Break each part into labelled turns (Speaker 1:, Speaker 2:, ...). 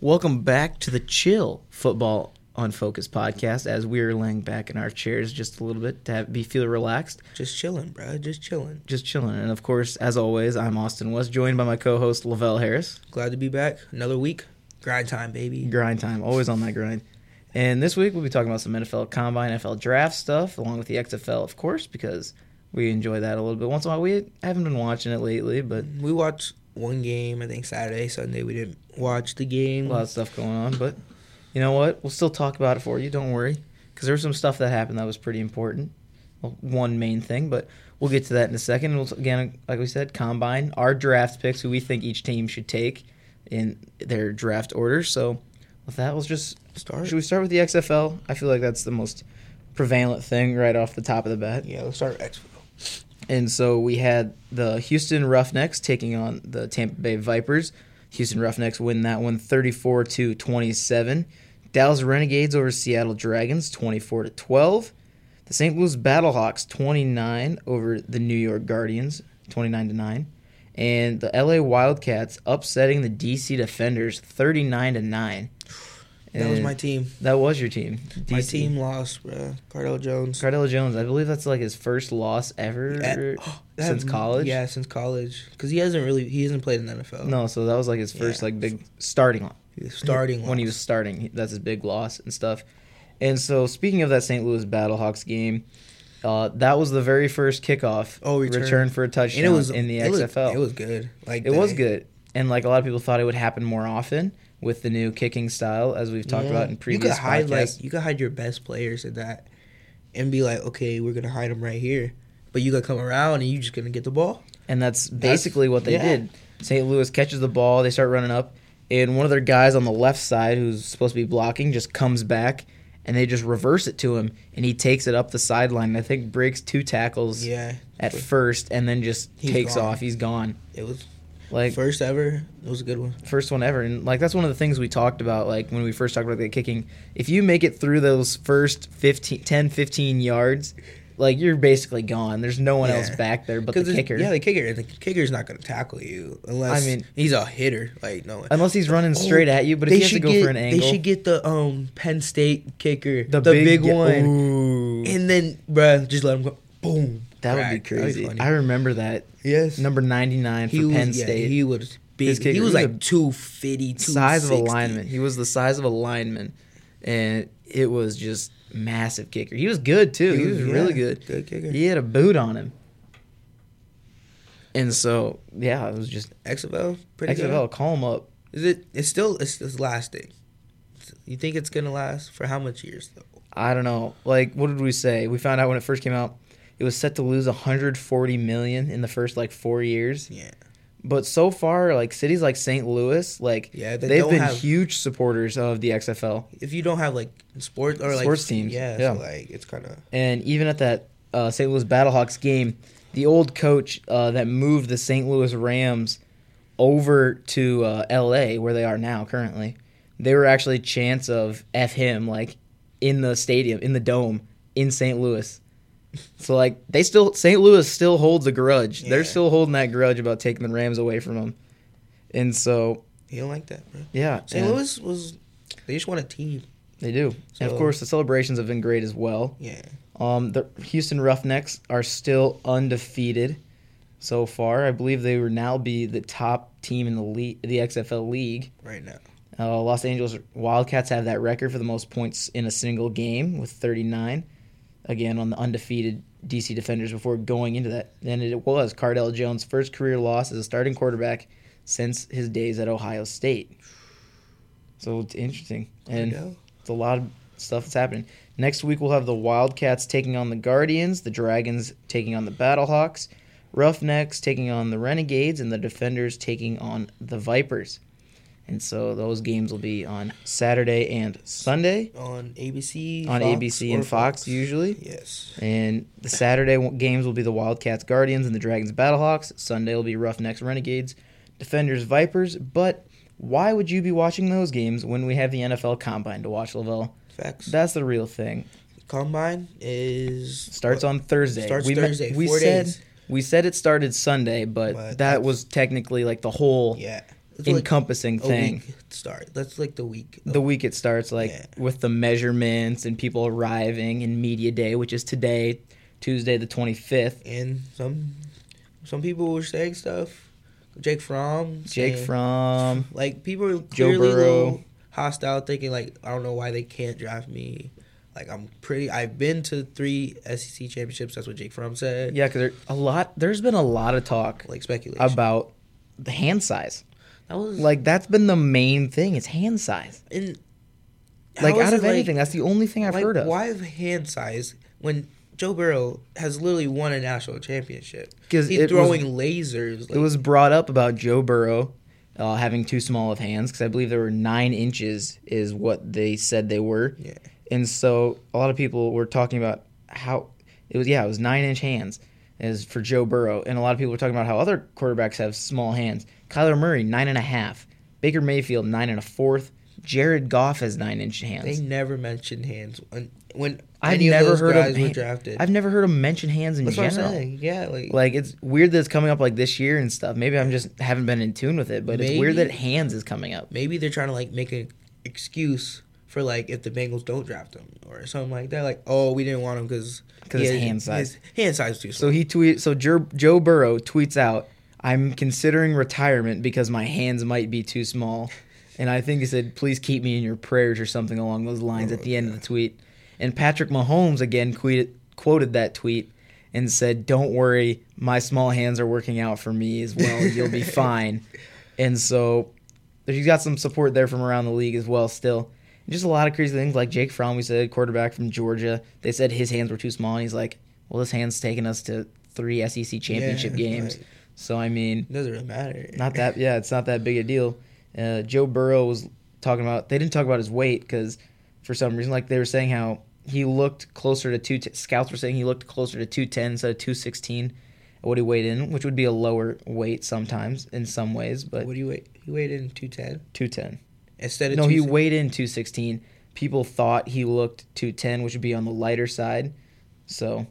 Speaker 1: Welcome back to the Chill Football on Focus podcast. As we are laying back in our chairs just a little bit to have, be feel relaxed,
Speaker 2: Just chilling, bro. Just chilling.
Speaker 1: just chilling. And of course, as always, I'm Austin West, joined by my co-host Lavelle Harris.
Speaker 2: Glad to be back. Another week. Grind time, baby.
Speaker 1: Grind time, always on my grind. And this week we'll be talking about some NFL Combine, NFL Draft stuff, along with the XFL, of course, because we enjoy that a little bit. Once in a while, we haven't been watching it lately, but
Speaker 2: We watched one game, I think Saturday, Sunday. We didn't watch the game.
Speaker 1: a lot of stuff going on. But you know what? We'll still talk about it for you. Don't worry, because there was some stuff that happened that was pretty important. Well, one main thing, but we'll get to that in a second. And we'll, again, like we said, combine our draft picks, who we think each team should take in their draft order. So with that, let's just
Speaker 2: Start.
Speaker 1: Should we start with the XFL? I feel like that's the most prevalent thing right off the top of the bat.
Speaker 2: yeah, let's start Expo.
Speaker 1: And so we had the Houston Roughnecks taking on the Tampa Bay Vipers. Houston Roughnecks win that one 34 to 27. Dallas Renegades over Seattle Dragons 24 to 12. The St. Louis Battlehawks 29 over the New York Guardians 29 to 9. And the LA Wildcats upsetting the DC Defenders 39 to 9.
Speaker 2: That was
Speaker 1: And
Speaker 2: my team.
Speaker 1: that was your team.
Speaker 2: My
Speaker 1: DC.
Speaker 2: team lost, bro. Cardell Jones.
Speaker 1: Cardell Jones, I believe that's like his first loss ever
Speaker 2: At- That-
Speaker 1: since college.
Speaker 2: Yeah, since college. Because he hasn't really, he hasn't played in the NFL.
Speaker 1: No, so that was like his first
Speaker 2: Yeah.
Speaker 1: like big starting lo-
Speaker 2: He's starting
Speaker 1: when he was starting. he- That's his big loss and stuff. And so speaking of that St. Louis Battlehawks game, uh, that was the very first kickoff
Speaker 2: Oh, return.
Speaker 1: for a touchdown
Speaker 2: And it was
Speaker 1: in the
Speaker 2: it looked-
Speaker 1: XFL.
Speaker 2: it was good. Like
Speaker 1: It was
Speaker 2: they-
Speaker 1: good, and like a lot of people thought it would happen more often with the new kicking style, as we've talked
Speaker 2: Yeah.
Speaker 1: about in
Speaker 2: You
Speaker 1: previous
Speaker 2: could hide
Speaker 1: podcasts.
Speaker 2: like you could hide your best players in that, and be like, okay, we're gonna hide them right here, but you gotta come around and you just gonna get the ball.
Speaker 1: And that's basically what they
Speaker 2: yeah.
Speaker 1: did. St. Louis catches the ball, they start running up, and one of their guys on the left side who's supposed to be blocking just comes back and they just reverse it to him and he takes it up the sideline and I think breaks two tackles
Speaker 2: Yeah,
Speaker 1: at first and then just
Speaker 2: He's
Speaker 1: takes
Speaker 2: gone.
Speaker 1: off. He's gone.
Speaker 2: it was
Speaker 1: Like
Speaker 2: first ever. It was a good one.
Speaker 1: first one ever. And like that's one of the things we talked about like when we first talked about the kicking. If you make it through those first 15 10 15 yards, like you're basically gone. There's no one else
Speaker 2: Yeah.
Speaker 1: back there but the
Speaker 2: 'Cause it's-
Speaker 1: kicker.
Speaker 2: Yeah, the kicker. The kicker's not gonna tackle you unless
Speaker 1: I mean-
Speaker 2: he's a hitter. Like no. one-
Speaker 1: Unless he's running
Speaker 2: Oh,
Speaker 1: straight at you, but if
Speaker 2: they
Speaker 1: he has to
Speaker 2: should
Speaker 1: go
Speaker 2: get-
Speaker 1: for an angle,
Speaker 2: they should get the um Penn State kicker,
Speaker 1: The
Speaker 2: the,
Speaker 1: big-
Speaker 2: big,
Speaker 1: yeah,
Speaker 2: one,
Speaker 1: ooh.
Speaker 2: and then bruh, just let him go. Boom.
Speaker 1: That would be
Speaker 2: Crack. That'd
Speaker 1: crazy.
Speaker 2: funny.
Speaker 1: I remember that
Speaker 2: yes.
Speaker 1: number ninety nine for
Speaker 2: he was,
Speaker 1: Penn
Speaker 2: yeah,
Speaker 1: State.
Speaker 2: he was big.
Speaker 1: kicker-
Speaker 2: he was
Speaker 1: he was
Speaker 2: like
Speaker 1: a
Speaker 2: 250,
Speaker 1: size of a
Speaker 2: 260.
Speaker 1: lineman. He was the size of a lineman, and it was just massive kicker. He was good too. He, was,
Speaker 2: yeah,
Speaker 1: really good.
Speaker 2: Good kicker.
Speaker 1: He had a boot on him, and so yeah, it was just
Speaker 2: XFL, pretty
Speaker 1: XFL. Call him up.
Speaker 2: good. Is it? It's still it's, it's lasting. You think it's gonna last for how much years though?
Speaker 1: I don't know. Like, what did we say? We found out when it first came out. It was set to lose 140 million in the first like four years.
Speaker 2: Yeah.
Speaker 1: But so far, like cities like St. Louis, like
Speaker 2: Yeah,
Speaker 1: they
Speaker 2: they
Speaker 1: have
Speaker 2: don't
Speaker 1: been
Speaker 2: have-
Speaker 1: huge supporters of the XFL.
Speaker 2: If you don't have like sports or like
Speaker 1: Sports teams,
Speaker 2: yeah,
Speaker 1: yeah.
Speaker 2: So, like it's kind of
Speaker 1: And even at that uh, St. Louis Battlehawks game, the old coach uh, that moved the St. Louis Rams over to uh, L.A., where they are now currently, they were actually chants of "F him" like in the stadium, in the dome, in St. Louis. So like they still St. Louis still holds a grudge. They're
Speaker 2: Yeah.
Speaker 1: still holding that grudge about taking the Rams away from them. And so
Speaker 2: you don't like that, bro.
Speaker 1: yeah,
Speaker 2: St.
Speaker 1: and-
Speaker 2: Louis was they just want a team.
Speaker 1: They do. and of
Speaker 2: So-
Speaker 1: course, the celebrations have been great as well.
Speaker 2: Yeah.
Speaker 1: Um, the Houston Roughnecks are still undefeated so far. I believe they will now be the top team in the league, the XFL league.
Speaker 2: Right now.
Speaker 1: Uh, Los Angeles Wildcats have that record for the most points in a single game with 39. Again, on the undefeated DC Defenders before going into that. And it was Cardell Jones' first career loss as a starting quarterback since his days at Ohio State. So it's interesting. And
Speaker 2: you go.
Speaker 1: it's a lot of stuff that's happening. Next week we'll have the Wildcats taking on the Guardians, the Dragons taking on the Battlehawks, Roughnecks taking on the Renegades, and the Defenders taking on the Vipers. And so those games will be on Saturday and Sunday
Speaker 2: on ABC,
Speaker 1: on
Speaker 2: Fox,
Speaker 1: ABC
Speaker 2: or
Speaker 1: and Fox, usually.
Speaker 2: Yes.
Speaker 1: And the Saturday w- games will be the Wildcats Guardians and the Dragons Battlehawks. Sunday will be Roughnecks Renegades, Defenders Vipers. But why would you be watching those games when we have the NFL Combine to watch, Lavelle?
Speaker 2: Facts.
Speaker 1: That's the real thing.
Speaker 2: Combine is
Speaker 1: Starts on Thursday.
Speaker 2: Starts
Speaker 1: met-
Speaker 2: Thursday, four
Speaker 1: said
Speaker 2: days.
Speaker 1: we said it started Sunday, but,
Speaker 2: But
Speaker 1: that
Speaker 2: that's-
Speaker 1: was technically like the whole
Speaker 2: Yeah. It's like
Speaker 1: encompassing
Speaker 2: a
Speaker 1: thing.
Speaker 2: week start. That's like the week.
Speaker 1: The week it starts, like
Speaker 2: Yeah.
Speaker 1: with the measurements and people arriving and media day, which is today, Tuesday the twenty fifth.
Speaker 2: and some some people were saying stuff. Jake Fromm.
Speaker 1: Jake
Speaker 2: saying-
Speaker 1: from
Speaker 2: Like people are
Speaker 1: Joe
Speaker 2: clearly a
Speaker 1: Burrow.
Speaker 2: little hostile, thinking like I don't know why they can't draft me. Like I'm pretty. I've been to three SEC championships. That's what Jake Fromm said.
Speaker 1: yeah, because a lot. There's been a lot of talk
Speaker 2: Like speculation.
Speaker 1: about the hand size.
Speaker 2: that was
Speaker 1: Like that's been the main thing. It's hand size.
Speaker 2: in,
Speaker 1: Like
Speaker 2: how is
Speaker 1: out
Speaker 2: it,
Speaker 1: of anything, that's the only thing I've
Speaker 2: like,
Speaker 1: heard of.
Speaker 2: Why have hand size when Joe Burrow has literally won a national championship?
Speaker 1: 'Cause it
Speaker 2: he's
Speaker 1: was-
Speaker 2: throwing lasers. Like,
Speaker 1: It was brought up about Joe Burrow uh, having too small of hands because I believe there were nine inches is what they said they were.
Speaker 2: Yeah.
Speaker 1: And so a lot of people were talking about how it was. Yeah, it was nine inch hands is for Joe Burrow, and a lot of people were talking about how other quarterbacks have small hands. Kyler Murray nine and a half, Baker Mayfield nine and a fourth, Jared Goff has nine inch
Speaker 2: they
Speaker 1: hands.
Speaker 2: never mentioned hands when when
Speaker 1: I've
Speaker 2: any
Speaker 1: never
Speaker 2: of those
Speaker 1: heard
Speaker 2: guys
Speaker 1: of
Speaker 2: were
Speaker 1: han-
Speaker 2: drafted.
Speaker 1: I've never heard him mention hands in
Speaker 2: That's what I'm
Speaker 1: general.
Speaker 2: saying. Yeah, like,
Speaker 1: Like it's weird that it's coming up like this year and stuff. Maybe I'm just haven't been in tune with it, but it's weird that
Speaker 2: Maybe.
Speaker 1: hands is coming up.
Speaker 2: maybe they're trying to like make an excuse for like if the Bengals don't draft him or something like that. Like, oh, we didn't want him because
Speaker 1: 'Cause his hand size.
Speaker 2: hand size too small.
Speaker 1: So he tweet so Jer- Joe Burrow tweets out, "I'm considering retirement because my hands might be too small." And I think he said, "Please keep me in your prayers" or something along those lines at the end of the tweet. And Patrick Mahomes again tweeted, quoted that tweet and said, "Don't worry, my small hands are working out for me as well. You'll be fine." And so He's got some support there from around the league as well. Still, And just a lot of crazy things like Jake Fromm. We said quarterback from Georgia. They said his hands were too small, and he's like, "Well, his hand's taken us to three SEC championship
Speaker 2: Yeah,
Speaker 1: games."
Speaker 2: like-
Speaker 1: so I mean,
Speaker 2: It doesn't really matter.
Speaker 1: not that yeah, it's not that big a deal. Uh, Joe Burrow was talking about. They didn't talk about his weight because for some reason, like they were saying how he looked closer to two. Scouts were saying he looked closer to two ten instead of two sixteen. What he weighed in, which would be a lower weight sometimes in some ways, but
Speaker 2: What do you wait? He weighed in two ten
Speaker 1: two ten.
Speaker 2: instead of
Speaker 1: No, he
Speaker 2: 260.
Speaker 1: weighed in 216. People thought he looked 210, which would be on the lighter side. So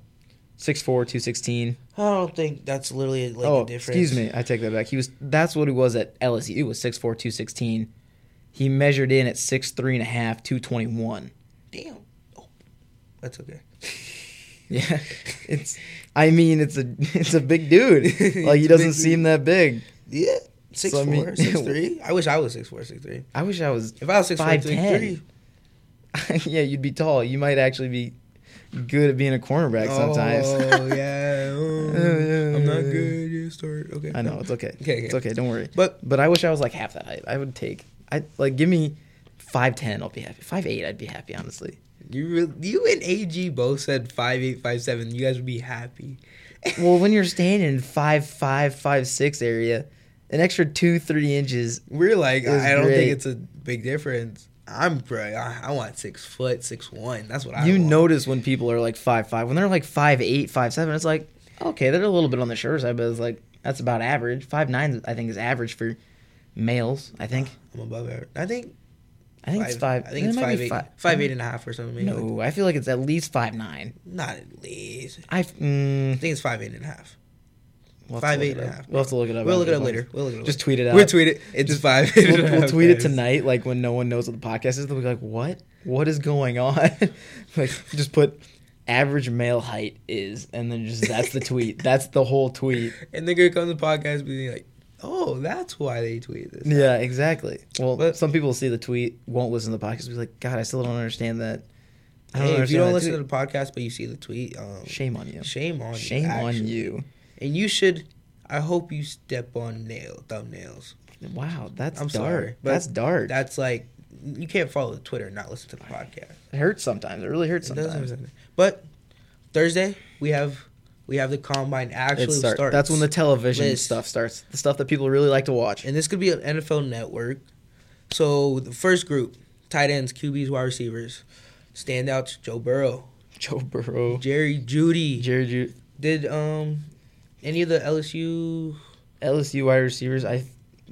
Speaker 1: 6'4, 216.
Speaker 2: I don't think that's literally like
Speaker 1: oh,
Speaker 2: the difference.
Speaker 1: excuse me. I take that back. He was that's what he was at LSU. It was 6'4, 216. He measured in at 6'3 and a half, 221.
Speaker 2: Damn. Oh, that's okay.
Speaker 1: Yeah. It's I mean, it's a it's a big dude. Like he
Speaker 2: It's a
Speaker 1: doesn't
Speaker 2: big
Speaker 1: seem that big.
Speaker 2: Yeah. Six
Speaker 1: So, I mean-
Speaker 2: four, six three. I wish I was six four, six three.
Speaker 1: I wish I was
Speaker 2: If I was six four, six
Speaker 1: 5'10".
Speaker 2: three,
Speaker 1: Yeah, you'd be tall. You might actually be good at being a cornerback sometimes.
Speaker 2: Oh yeah, oh, I'm not good. You start okay.
Speaker 1: I know it's okay.
Speaker 2: Okay, okay.
Speaker 1: It's okay. Don't worry.
Speaker 2: But-
Speaker 1: but I wish I was like half that height. I would take. I like give me five ten. I'll be happy. Five eight. I'd be happy. Honestly.
Speaker 2: You really, you and AG both said five eight five seven. You guys would be happy.
Speaker 1: well, when you're staying in five five five six area, an extra two three inches.
Speaker 2: We're like,
Speaker 1: It's
Speaker 2: I don't
Speaker 1: great.
Speaker 2: think it's a big difference. I'm bro. I, I want six foot, six one. That's what I.
Speaker 1: you
Speaker 2: want.
Speaker 1: notice when people are like five five. When they're like five eight five seven, it's like okay, they're a little bit on the shorter side, but it's like that's about average. Five nine, I think, is average for males. I think.
Speaker 2: I'm above average. I think.
Speaker 1: I think it's five.
Speaker 2: I think it's
Speaker 1: it might
Speaker 2: five
Speaker 1: be
Speaker 2: eight,
Speaker 1: five-
Speaker 2: five eight and a half or something. Maybe like-
Speaker 1: No, I feel like it's at least five nine.
Speaker 2: not at least.
Speaker 1: I. Mm,
Speaker 2: I think it's five eight and a half.
Speaker 1: We'll have to
Speaker 2: Five
Speaker 1: look
Speaker 2: eight
Speaker 1: it
Speaker 2: and a
Speaker 1: up.
Speaker 2: half.
Speaker 1: We'll have to look it up.
Speaker 2: We'll look
Speaker 1: after
Speaker 2: it up
Speaker 1: this.
Speaker 2: later. We'll look it up.
Speaker 1: Just
Speaker 2: later.
Speaker 1: tweet it out.
Speaker 2: We'll tweet it. It's five eight.
Speaker 1: We'll,
Speaker 2: and a
Speaker 1: we'll
Speaker 2: half,
Speaker 1: tweet it
Speaker 2: guys.
Speaker 1: tonight, like when no one knows what the podcast is. They'll be like, "What? What is going on?" like, just put average male height is, and then just that's the tweet. that's the whole tweet.
Speaker 2: And then here comes the podcast being like, oh, that's why they tweeted this.
Speaker 1: Yeah, exactly. Well,
Speaker 2: But-
Speaker 1: some people will see the tweet, won't listen to the podcast, be like, "God, I still don't understand that." I don't
Speaker 2: Hey, if
Speaker 1: understand
Speaker 2: you don't
Speaker 1: that
Speaker 2: listen to
Speaker 1: tweet."
Speaker 2: the podcast, but you see the tweet, um,
Speaker 1: shame on you.
Speaker 2: shame on you.
Speaker 1: Shame on
Speaker 2: actually.
Speaker 1: you.
Speaker 2: And you should. I hope you step on nail thumbnails.
Speaker 1: Wow, that's
Speaker 2: I'm
Speaker 1: dark.
Speaker 2: sorry, but
Speaker 1: that's dark. That
Speaker 2: That's like you can't follow Twitter and not listen to the podcast.
Speaker 1: hurts sometimes. It really hurts
Speaker 2: It doesn't
Speaker 1: sometimes.
Speaker 2: matter. But Thursday we have we have the combine actually
Speaker 1: It start-
Speaker 2: starts.
Speaker 1: That's when the television
Speaker 2: List.
Speaker 1: stuff starts. The stuff that people really like to watch.
Speaker 2: and this could be an NFL network. So the first group: tight ends, QBs, wide receivers, standouts: Joe Burrow,
Speaker 1: Joe Burrow,
Speaker 2: Jerry Judy.
Speaker 1: Jerry Ju-
Speaker 2: Did um any of the LSU
Speaker 1: LSU wide receivers. I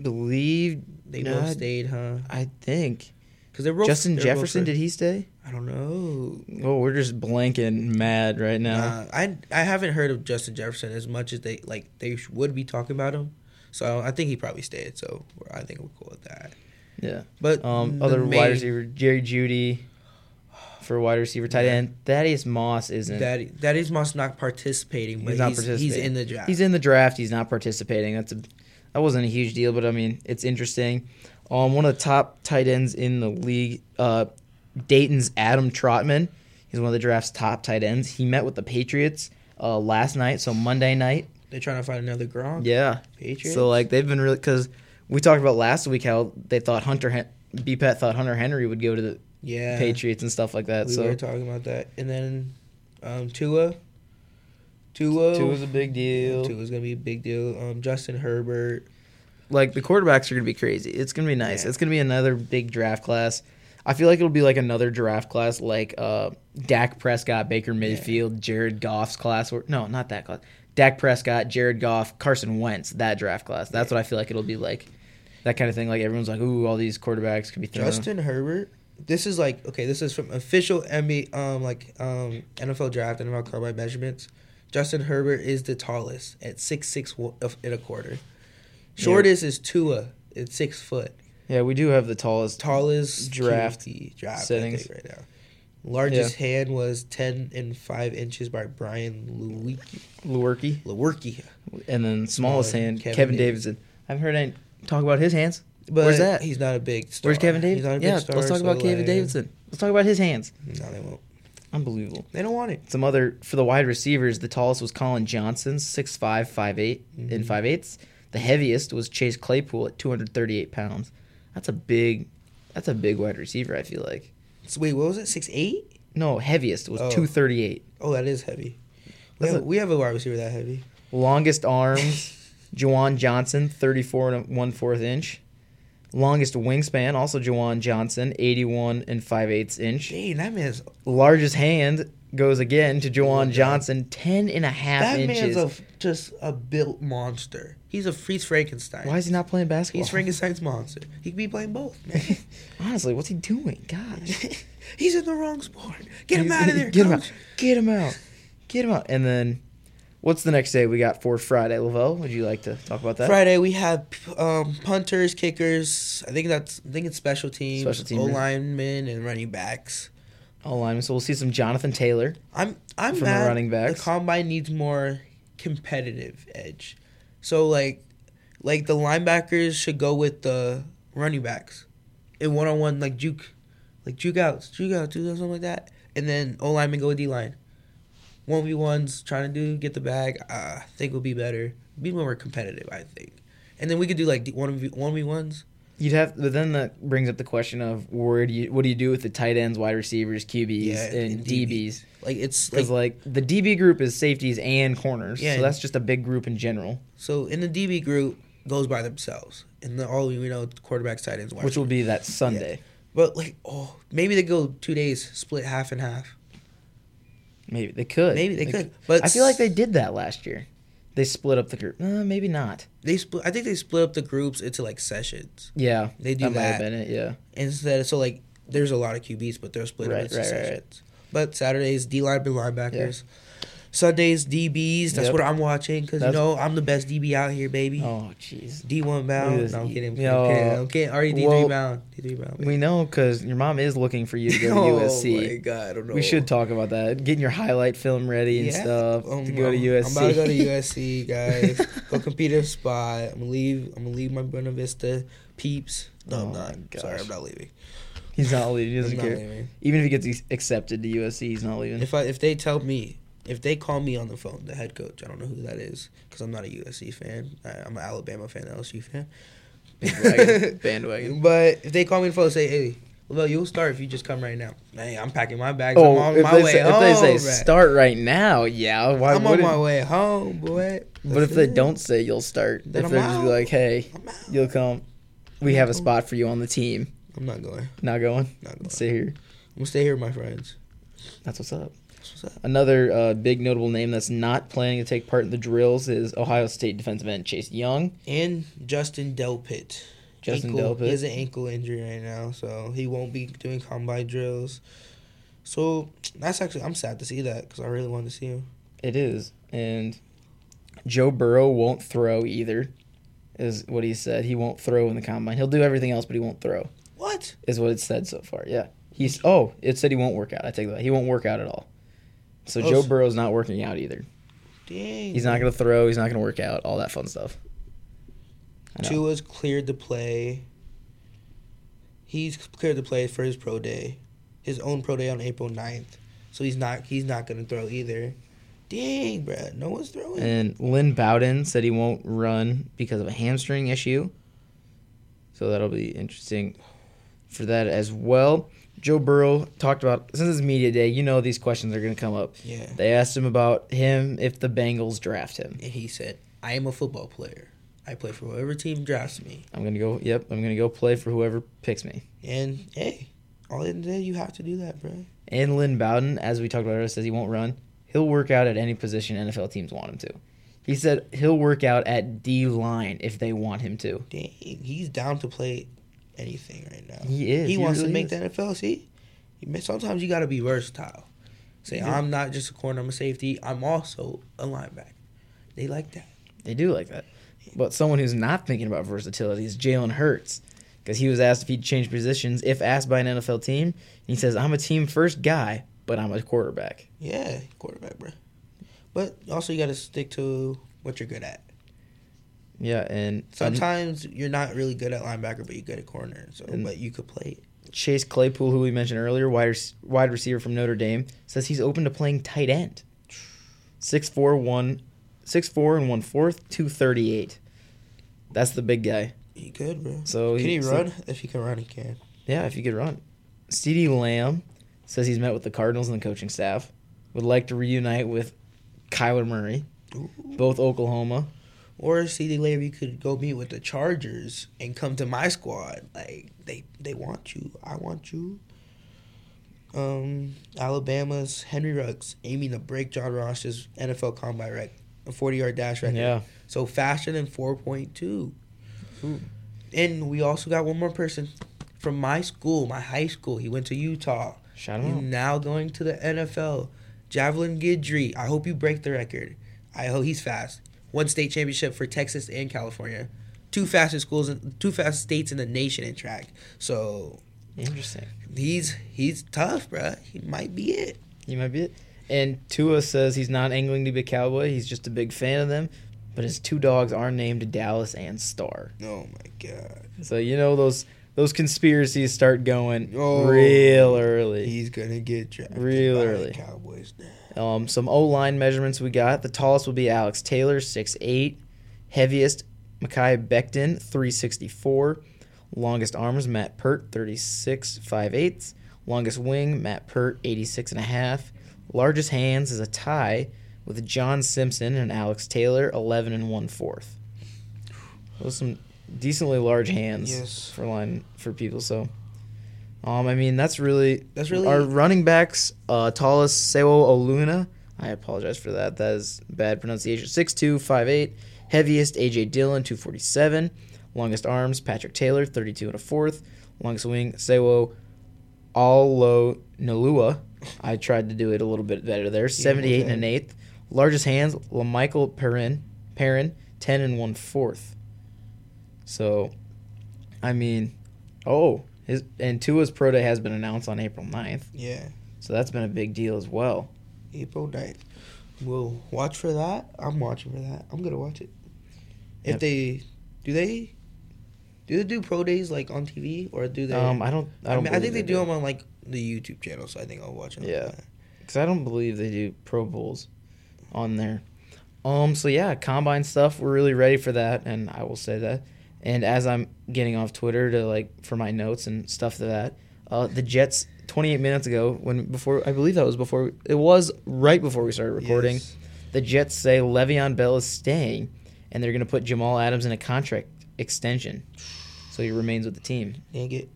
Speaker 1: believe
Speaker 2: they
Speaker 1: Nah,
Speaker 2: both stayed, huh?
Speaker 1: I think
Speaker 2: Because they're both
Speaker 1: Justin
Speaker 2: they're both
Speaker 1: Jefferson.
Speaker 2: fr-
Speaker 1: Did he stay?
Speaker 2: I don't know.
Speaker 1: Oh, we're just blanking mad right now.
Speaker 2: Uh, I I haven't heard of Justin Jefferson as much as they like they sh- would be talking about him. So I think he probably stayed. So I think we're cool with that.
Speaker 1: Yeah.
Speaker 2: But
Speaker 1: Um,
Speaker 2: the
Speaker 1: other
Speaker 2: main-
Speaker 1: wide receiver, Jerry Judy for wide receiver, tight
Speaker 2: Yeah.
Speaker 1: end. Thaddeus Moss isn't.
Speaker 2: that that is Moss not participating,
Speaker 1: He's
Speaker 2: but he's,
Speaker 1: not
Speaker 2: he's
Speaker 1: participating.
Speaker 2: in the draft.
Speaker 1: He's in the draft. He's not participating. That's a that wasn't a huge deal, but I mean it's interesting. Um, one of the top tight ends in the league, uh, Dayton's Adam Trotman. He's one of the draft's top tight ends. He met with the Patriots uh, last night, so Monday night.
Speaker 2: They're trying to find another Gronk.
Speaker 1: Yeah.
Speaker 2: Patriots.
Speaker 1: So like they've been really because we talked about last week how they thought Hunter Hen- BPAT thought Hunter Henry would go to the
Speaker 2: yeah,
Speaker 1: Patriots and stuff like that.
Speaker 2: We
Speaker 1: so
Speaker 2: were talking about that, and then um, Tua, Tua,
Speaker 1: two was a big deal.
Speaker 2: Tua's gonna be a big deal. Um, Justin Herbert.
Speaker 1: like the quarterbacks are going to be crazy. It's going to be nice.
Speaker 2: Yeah.
Speaker 1: It's going to be another big draft class. I feel like it'll be like another draft class, like uh, Dak Prescott, Baker Mayfield, Jared Goff's class. Or, no, not that class. Dak Prescott, Jared Goff, Carson Wentz. That draft class. That's what I feel like it'll be like. That kind of thing. Like everyone's like, ooh, all these quarterbacks could be thrown.
Speaker 2: Justin Herbert. This is like okay. This is from official NBA, um, like um, NFL draft NFL carbide measurements. Justin Herbert is the tallest at six six uh, and a quarter. Shortest is Tua at six foot.
Speaker 1: Yeah, we do have the tallest.
Speaker 2: Tallest
Speaker 1: Draft
Speaker 2: QB draft I
Speaker 1: settings.
Speaker 2: think, right now. Largest hand was ten and five inches by Brian Lewerke.
Speaker 1: Lewerke.
Speaker 2: Lewerke.
Speaker 1: And then smallest
Speaker 2: Smaller,
Speaker 1: hand, Kevin,
Speaker 2: Kevin
Speaker 1: Davidson.
Speaker 2: Davidson.
Speaker 1: I haven't heard any talk about his hands.
Speaker 2: But
Speaker 1: Where's that?
Speaker 2: He's not a big star.
Speaker 1: Where's Kevin
Speaker 2: He's not
Speaker 1: Davidson?
Speaker 2: a big
Speaker 1: Yeah,
Speaker 2: star,
Speaker 1: let's talk
Speaker 2: so,
Speaker 1: about Kevin
Speaker 2: like,
Speaker 1: Davidson. Let's talk about his hands.
Speaker 2: No, they won't.
Speaker 1: Unbelievable.
Speaker 2: They don't want it.
Speaker 1: Some other for the wide receivers, the tallest was Colin Johnson, 6'5", 5'8", and
Speaker 2: Mhm.
Speaker 1: five eighths. The heaviest was Chase Claypool at two hundred thirty eight pounds. That's a big, that's a big wide receiver. I feel like
Speaker 2: So wait, what was it? Six eight?
Speaker 1: no heaviest was
Speaker 2: Oh.
Speaker 1: two thirty eight.
Speaker 2: Oh, that is heavy. We
Speaker 1: That's
Speaker 2: have,
Speaker 1: a-
Speaker 2: we have a wide receiver that heavy.
Speaker 1: Longest arms, Juwan Johnson, thirty four and one fourth inch. Longest wingspan, also Juwan Johnson, eighty one and five eighths inch.
Speaker 2: Dang, that man's
Speaker 1: Largest hand goes again to Juwan
Speaker 2: God.
Speaker 1: Johnson, ten and a half
Speaker 2: that
Speaker 1: inches.
Speaker 2: man's a, just a built monster. He's a he's Frankenstein.
Speaker 1: Why is he not playing basketball?
Speaker 2: He's Frankenstein's monster. He could be playing both, man.
Speaker 1: Honestly, what's he doing? Gosh.
Speaker 2: he's in the wrong sport. Get him out of there.
Speaker 1: Get him
Speaker 2: coach.
Speaker 1: out. Get him out. Get him out. And then what's the next day we got for Friday? Lavelle, would you like to talk about that?
Speaker 2: Friday we have um, punters, kickers. I think that's I think it's special teams,
Speaker 1: Special teamers.
Speaker 2: O linemen, and running backs.
Speaker 1: All linemen. So we'll see some Jonathan Taylor.
Speaker 2: I'm I'm
Speaker 1: From the
Speaker 2: mad
Speaker 1: running backs.
Speaker 2: The combine needs more competitive edge. So like like the linebackers should go with the running backs in one on one like juke like juke outs, juke out, do something like that. And then O lineman go with D line. One v ones trying to do get the bag, uh, I think will be better. Be more competitive, I think. And then we could do like one v one v ones.
Speaker 1: You'd have, but then that brings up the question of where do you, what do you do with the tight ends, wide receivers, QBs, and, DBs?
Speaker 2: Like it's like
Speaker 1: Because like the DB group is safeties and corners,
Speaker 2: Yeah,
Speaker 1: so
Speaker 2: and-
Speaker 1: that's just a big group in general,
Speaker 2: So in the DB group goes by themselves, and the, all we know quarterbacks, tight ends, wide
Speaker 1: which will be that Sunday,
Speaker 2: But like, oh, maybe they go two days, split half and half.
Speaker 1: maybe they could,
Speaker 2: Maybe they could, but
Speaker 1: I feel like they did that last year. They split up the group. Uh, maybe not.
Speaker 2: They split. I think they split up the groups into like sessions
Speaker 1: Yeah,
Speaker 2: They do
Speaker 1: Might have
Speaker 2: that.
Speaker 1: been it. Yeah.
Speaker 2: instead. So like, there's a lot of QBs, but they're split
Speaker 1: Right,
Speaker 2: up into
Speaker 1: right, right, right.
Speaker 2: sessions. But Saturdays D line and linebackers. Sundays DBs. That's
Speaker 1: Yep.
Speaker 2: what I'm watching because you
Speaker 1: That's-
Speaker 2: know I'm the best DB out here, baby.
Speaker 1: Oh, jeez.
Speaker 2: D one
Speaker 1: Look at
Speaker 2: bound.
Speaker 1: this
Speaker 2: No, I'm
Speaker 1: D-
Speaker 2: kidding.
Speaker 1: Yo.
Speaker 2: I'm kidding. I'm kidding. Already D three
Speaker 1: Well,
Speaker 2: bound. D three bound.
Speaker 1: We know because your mom is looking for you to go to
Speaker 2: oh my
Speaker 1: USC.
Speaker 2: god! I don't know.
Speaker 1: We should talk about that. Getting your highlight film ready and stuff
Speaker 2: Um,
Speaker 1: to go to
Speaker 2: I'm-
Speaker 1: USC.
Speaker 2: I'm about to go to USC, guys. go compete in a spot. I'm gonna leave. I'm gonna leave my Buena Vista peeps. No,
Speaker 1: Oh
Speaker 2: I'm
Speaker 1: my
Speaker 2: not.
Speaker 1: gosh.
Speaker 2: Sorry, I'm not leaving.
Speaker 1: He's not leaving. He
Speaker 2: I'm
Speaker 1: doesn't
Speaker 2: not
Speaker 1: care.
Speaker 2: leaving.
Speaker 1: Even if he gets ex- accepted to USC, he's not leaving.
Speaker 2: If I if they tell me if they call me on the phone, the head coach, I don't know who that is because I'm not a USC fan. I, I'm an Alabama fan, LSU fan.
Speaker 1: Bandwagon. Bandwagon.
Speaker 2: But if they call me on the phone, and say, "Hey, well, you'll start if you just come right now." Hey, I'm packing my bags.
Speaker 1: oh,
Speaker 2: I'm on
Speaker 1: if,
Speaker 2: my
Speaker 1: they
Speaker 2: way
Speaker 1: say, if
Speaker 2: home.
Speaker 1: they say
Speaker 2: bruh.
Speaker 1: start right now, yeah. Why
Speaker 2: I'm on
Speaker 1: wouldn't?
Speaker 2: my way home, boy.
Speaker 1: but if they don't say you'll start,
Speaker 2: Then
Speaker 1: if
Speaker 2: I'm
Speaker 1: they're just be
Speaker 2: out.
Speaker 1: like, hey,
Speaker 2: I'm out.
Speaker 1: you'll come. We have a
Speaker 2: out.
Speaker 1: spot for you on the team.
Speaker 2: I'm not going.
Speaker 1: Not going.
Speaker 2: Not going.
Speaker 1: Stay here.
Speaker 2: I'm gonna stay here with my friends.
Speaker 1: That's what's up.
Speaker 2: That's what's up.
Speaker 1: Another uh, big notable name that's not planning to take part in the drills is Ohio State defensive end Chase Young.
Speaker 2: And Justin Delpit.
Speaker 1: Justin
Speaker 2: ankle,
Speaker 1: Delpit.
Speaker 2: He has an ankle injury right now, so he won't be doing combine drills. So that's actually I'm sad to see that because I really wanted to see him.
Speaker 1: It is, and Joe Burrow won't throw either. is what he said. He won't throw in the combine. He'll do everything else, but he won't throw.
Speaker 2: What?
Speaker 1: Is what it said so far. Yeah. He's oh, it said he won't work out. I take that. He won't work out at all. So
Speaker 2: Oh,
Speaker 1: Joe
Speaker 2: so-
Speaker 1: Burrow's not working out either.
Speaker 2: Dang.
Speaker 1: He's not gonna throw. He's not gonna work out. All that fun stuff. I know.
Speaker 2: Tua's cleared to play. He's cleared to play for his pro day, his own pro day on April 9th. So he's not he's not gonna throw either. Dang, bruh. No one's throwing.
Speaker 1: And Lynn Bowden said he won't run because of a hamstring issue. So that'll be interesting for that as well. Joe Burrow talked about since it's media day, you know these questions are going to come up.
Speaker 2: yeah.
Speaker 1: They asked him about him if the Bengals draft him.
Speaker 2: And he said, I am a football player. I play for whoever team drafts me.
Speaker 1: I'm going to go, yep, I'm going to go play for whoever picks me.
Speaker 2: And hey, all in there you have to do that, bruh.
Speaker 1: And Lynn Bowden, as we talked about earlier, says he won't run. He'll work out at any position NFL teams want him to. He said he'll work out at D line if they want him to.
Speaker 2: Dang, he's down to play anything right now.
Speaker 1: He is.
Speaker 2: He, wants
Speaker 1: really
Speaker 2: to make
Speaker 1: is.
Speaker 2: the NFL. See, You may- sometimes you got to be versatile. Say,
Speaker 1: Yeah.
Speaker 2: I'm not just a corner. I'm a safety. I'm also a linebacker. They like that.
Speaker 1: They do like that. But someone who's not thinking about versatility is Jalen Hurts because he was asked if he'd change positions if asked by an NFL team. And he says, I'm a team first guy, but I'm a quarterback.
Speaker 2: Yeah, quarterback, bro. But also, you got to stick to what you're good at.
Speaker 1: Yeah, and um,
Speaker 2: Sometimes you're not really good at linebacker, but you're good at corner. So,
Speaker 1: And-
Speaker 2: but you could play it.
Speaker 1: Chase Claypool, who we mentioned earlier, wide, rec- wide receiver from Notre Dame, says he's open to playing tight end. 6'4", one- 6'4", and 1 fourth, 238. That's the big guy.
Speaker 2: He could, bro.
Speaker 1: So
Speaker 2: can
Speaker 1: he-
Speaker 2: he,
Speaker 1: so-
Speaker 2: run? if he can run, he can.
Speaker 1: Yeah, if you could run. CeeDee Lamb says he's met with the Cardinals and the coaching staff. Would like to reunite with Kyler Murray,
Speaker 2: Ooh.
Speaker 1: both Oklahoma.
Speaker 2: Or CD Lamb, you could go meet with the Chargers and come to my squad. Like they they want you. I want you. Um, Alabama's Henry Ruggs aiming to break John Ross's NFL combine rec, a forty yard dash record.
Speaker 1: Yeah.
Speaker 2: So faster than four point two. And we also got one more person from my school, my high school. He went to Utah.
Speaker 1: Shout
Speaker 2: He's
Speaker 1: him out.
Speaker 2: now going to the NFL. Javelin Guidry. I hope you break the record. I hope he's fast. One state championship for Texas and California. Two fastest schools, in, two fast states in the nation in track. So
Speaker 1: Interesting.
Speaker 2: he's he's tough, bruh. He might be it.
Speaker 1: You might be it. And Tua says he's not angling to be a cowboy. He's just a big fan of them. But his two dogs are named Dallas and Star.
Speaker 2: Oh my god,
Speaker 1: So you know those those conspiracies start going
Speaker 2: Oh.
Speaker 1: real early.
Speaker 2: he's gonna get drafted
Speaker 1: Real
Speaker 2: by the
Speaker 1: early.
Speaker 2: Cowboys now.
Speaker 1: Um, some O line measurements we got. The tallest will be Alex Taylor, 6'8. Heaviest, Makai Becton, 364. Longest arms, Matt Pert, 36, 5'8. Longest wing, Matt Pert, 86 and a half. Largest hands is a tie with John Simpson and Alex Taylor, 11 and 1 fourth. Those are some decently large hands
Speaker 2: Yes.
Speaker 1: for line for people. So, um, I mean, that's really
Speaker 2: That's really-
Speaker 1: our running backs. Uh, tallest Sewo Oluna. I apologize for that. That is bad pronunciation. Six two five eight. Heaviest AJ Dillon two forty seven. Longest arms Patrick Taylor thirty two and a fourth. Longest wing Sewo Alo Nalua. I tried to do it a little bit better there. Seventy eight and an eighth. Largest hands Lamichael Perrin Perrin ten and one fourth. So, I mean, oh, his and Tua's pro day has been announced on April 9th,
Speaker 2: Yeah,
Speaker 1: so that's been a big deal as well.
Speaker 2: April 9th. We'll watch for that. I'm watching for that. I'm gonna watch it. If
Speaker 1: Yep.
Speaker 2: they do they do they do pro days like on TV or do they?
Speaker 1: Um, I don't, I
Speaker 2: I,
Speaker 1: don't.
Speaker 2: mean, I think they, do them on like the YouTube channel, so I think I'll watch it. on
Speaker 1: Yeah.
Speaker 2: that.
Speaker 1: because I don't believe they do Pro Bowls on there. Um, so yeah, combine stuff. We're really ready for that, and I will say that. And as I'm getting off Twitter to like for my notes and stuff to that, uh, the Jets 28 minutes ago when before I believe that was before it was right before we started recording.
Speaker 2: Yes.
Speaker 1: The Jets say Le'Veon Bell is staying, and they're going to put Jamal Adams in a contract extension, so he remains with the team.
Speaker 2: Dang it,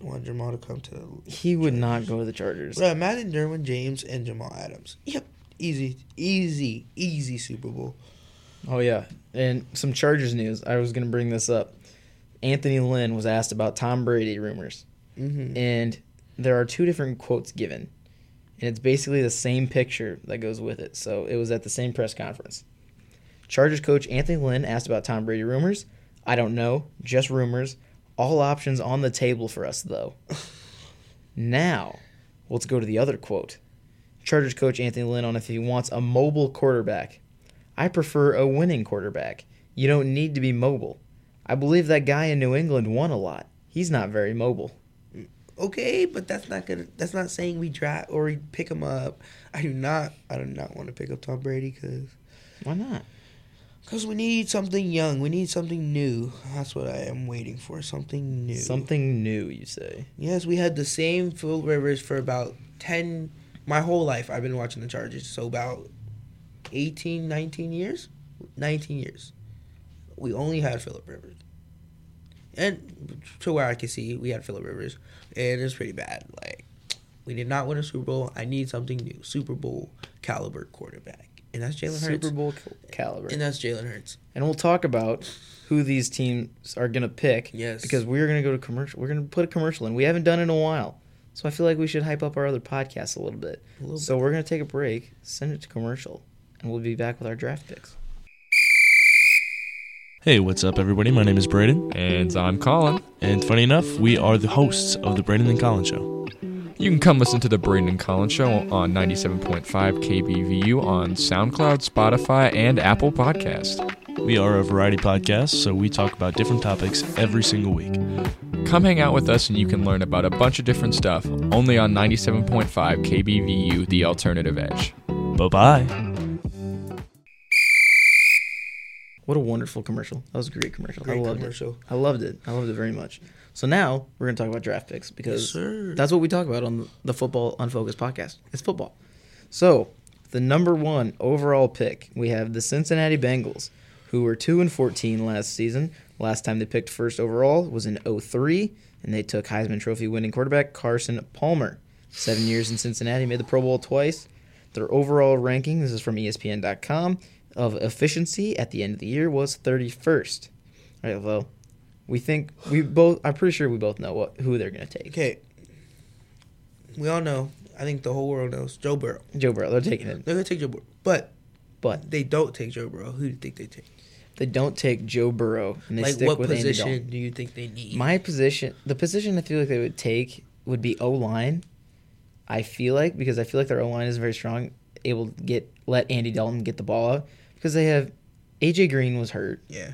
Speaker 2: I want Jamal to come to. the
Speaker 1: He would not go to the Chargers.
Speaker 2: Bro, imagine Derwin James and Jamal Adams. Yep, easy, easy, easy Super Bowl.
Speaker 1: Oh yeah, and some Chargers news. I was going to bring this up. Anthony Lynn was asked about Tom Brady rumors,
Speaker 2: Mm-hmm.
Speaker 1: and there are two different quotes given, and it's basically the same picture that goes with it. So it was at the same press conference. Chargers coach Anthony Lynn asked about Tom Brady rumors. I don't know, just rumors. All options on the table for us, though. now, let's go to the other quote. Chargers coach Anthony Lynn on if he wants a mobile quarterback. I prefer a winning quarterback. You don't need to be mobile. I believe that guy in New England won a lot. He's not very mobile.
Speaker 2: Okay, but that's not gonna. That's not saying we draft or we pick him up. I do not. I do not want to pick up Tom Brady because
Speaker 1: Why not?
Speaker 2: because we need something young. We need something new. That's what I am waiting for. Something new.
Speaker 1: Something new, you say.
Speaker 2: Yes, we had the same Phil Rivers for about 10 my whole life I've been watching the Chargers, so about 18, 19 years. 19 years. We only had Philip Rivers. And to where I can see, we had Philip Rivers and it's pretty bad. Like we did not win a Super Bowl. I need something new. Super Bowl caliber quarterback. And that's Jalen Hurts.
Speaker 1: Super Bowl cal- caliber.
Speaker 2: And that's Jalen Hurts.
Speaker 1: and we'll talk about who these teams are going to pick.
Speaker 2: Yes.
Speaker 1: Because we're going to go to commercial. We're going to put a commercial in. We haven't done it in a while. So I feel like we should hype up our other podcasts a little bit.
Speaker 2: A little
Speaker 1: so we're going to take a break, send it to commercial, and we'll be back with our draft picks.
Speaker 3: Hey, what's up, everybody? My name is Braden,
Speaker 4: And I'm Colin.
Speaker 3: and funny enough, we are the hosts of the Braden and Colin Show.
Speaker 4: You can come listen to the Braden and Colin Show on 97.5 KBVU on SoundCloud, Spotify, and Apple Podcast.
Speaker 3: We are a variety podcast, so we talk about different topics every single week.
Speaker 4: Come hang out with us and you can learn about a bunch of different stuff only on 97.5 KBVU, The Alternative Edge.
Speaker 3: Bye bye.
Speaker 1: What a wonderful commercial. That was a great commercial.
Speaker 2: Great
Speaker 1: I loved
Speaker 2: commercial.
Speaker 1: it. I loved it. I loved it very much. So now we're going to talk about draft picks because
Speaker 2: sir.
Speaker 1: that's what we talk about on the Football Unfocused podcast. It's football. So the number one overall pick, we have the Cincinnati Bengals, who were 2 and 14 last season. Last time they picked first overall was in 03, and they took Heisman Trophy winning quarterback Carson Palmer. Seven years in Cincinnati, made the Pro Bowl twice. Their overall ranking, this is from E ESPN.com, of efficiency at the end of the year was 31st. All right, well, we think we both, I'm pretty sure we both know what who they're going to take.
Speaker 2: Okay. We all know. I think the whole world knows Joe Burrow.
Speaker 1: Joe Burrow, they're taking him.
Speaker 2: They're gonna take Joe Burrow, but
Speaker 1: But
Speaker 2: they don't take Joe Burrow. Who do you think they take?
Speaker 1: they don't take Joe Burrow and they
Speaker 2: like,
Speaker 1: stick
Speaker 2: what
Speaker 1: with
Speaker 2: position
Speaker 1: Andy Dalton.
Speaker 2: do you think they need?
Speaker 1: My position, the position I feel like they would take would be O line. I feel like because I feel like their O line is very strong, able to get let Andy Dalton get the ball out because they have AJ Green was hurt.
Speaker 2: yeah,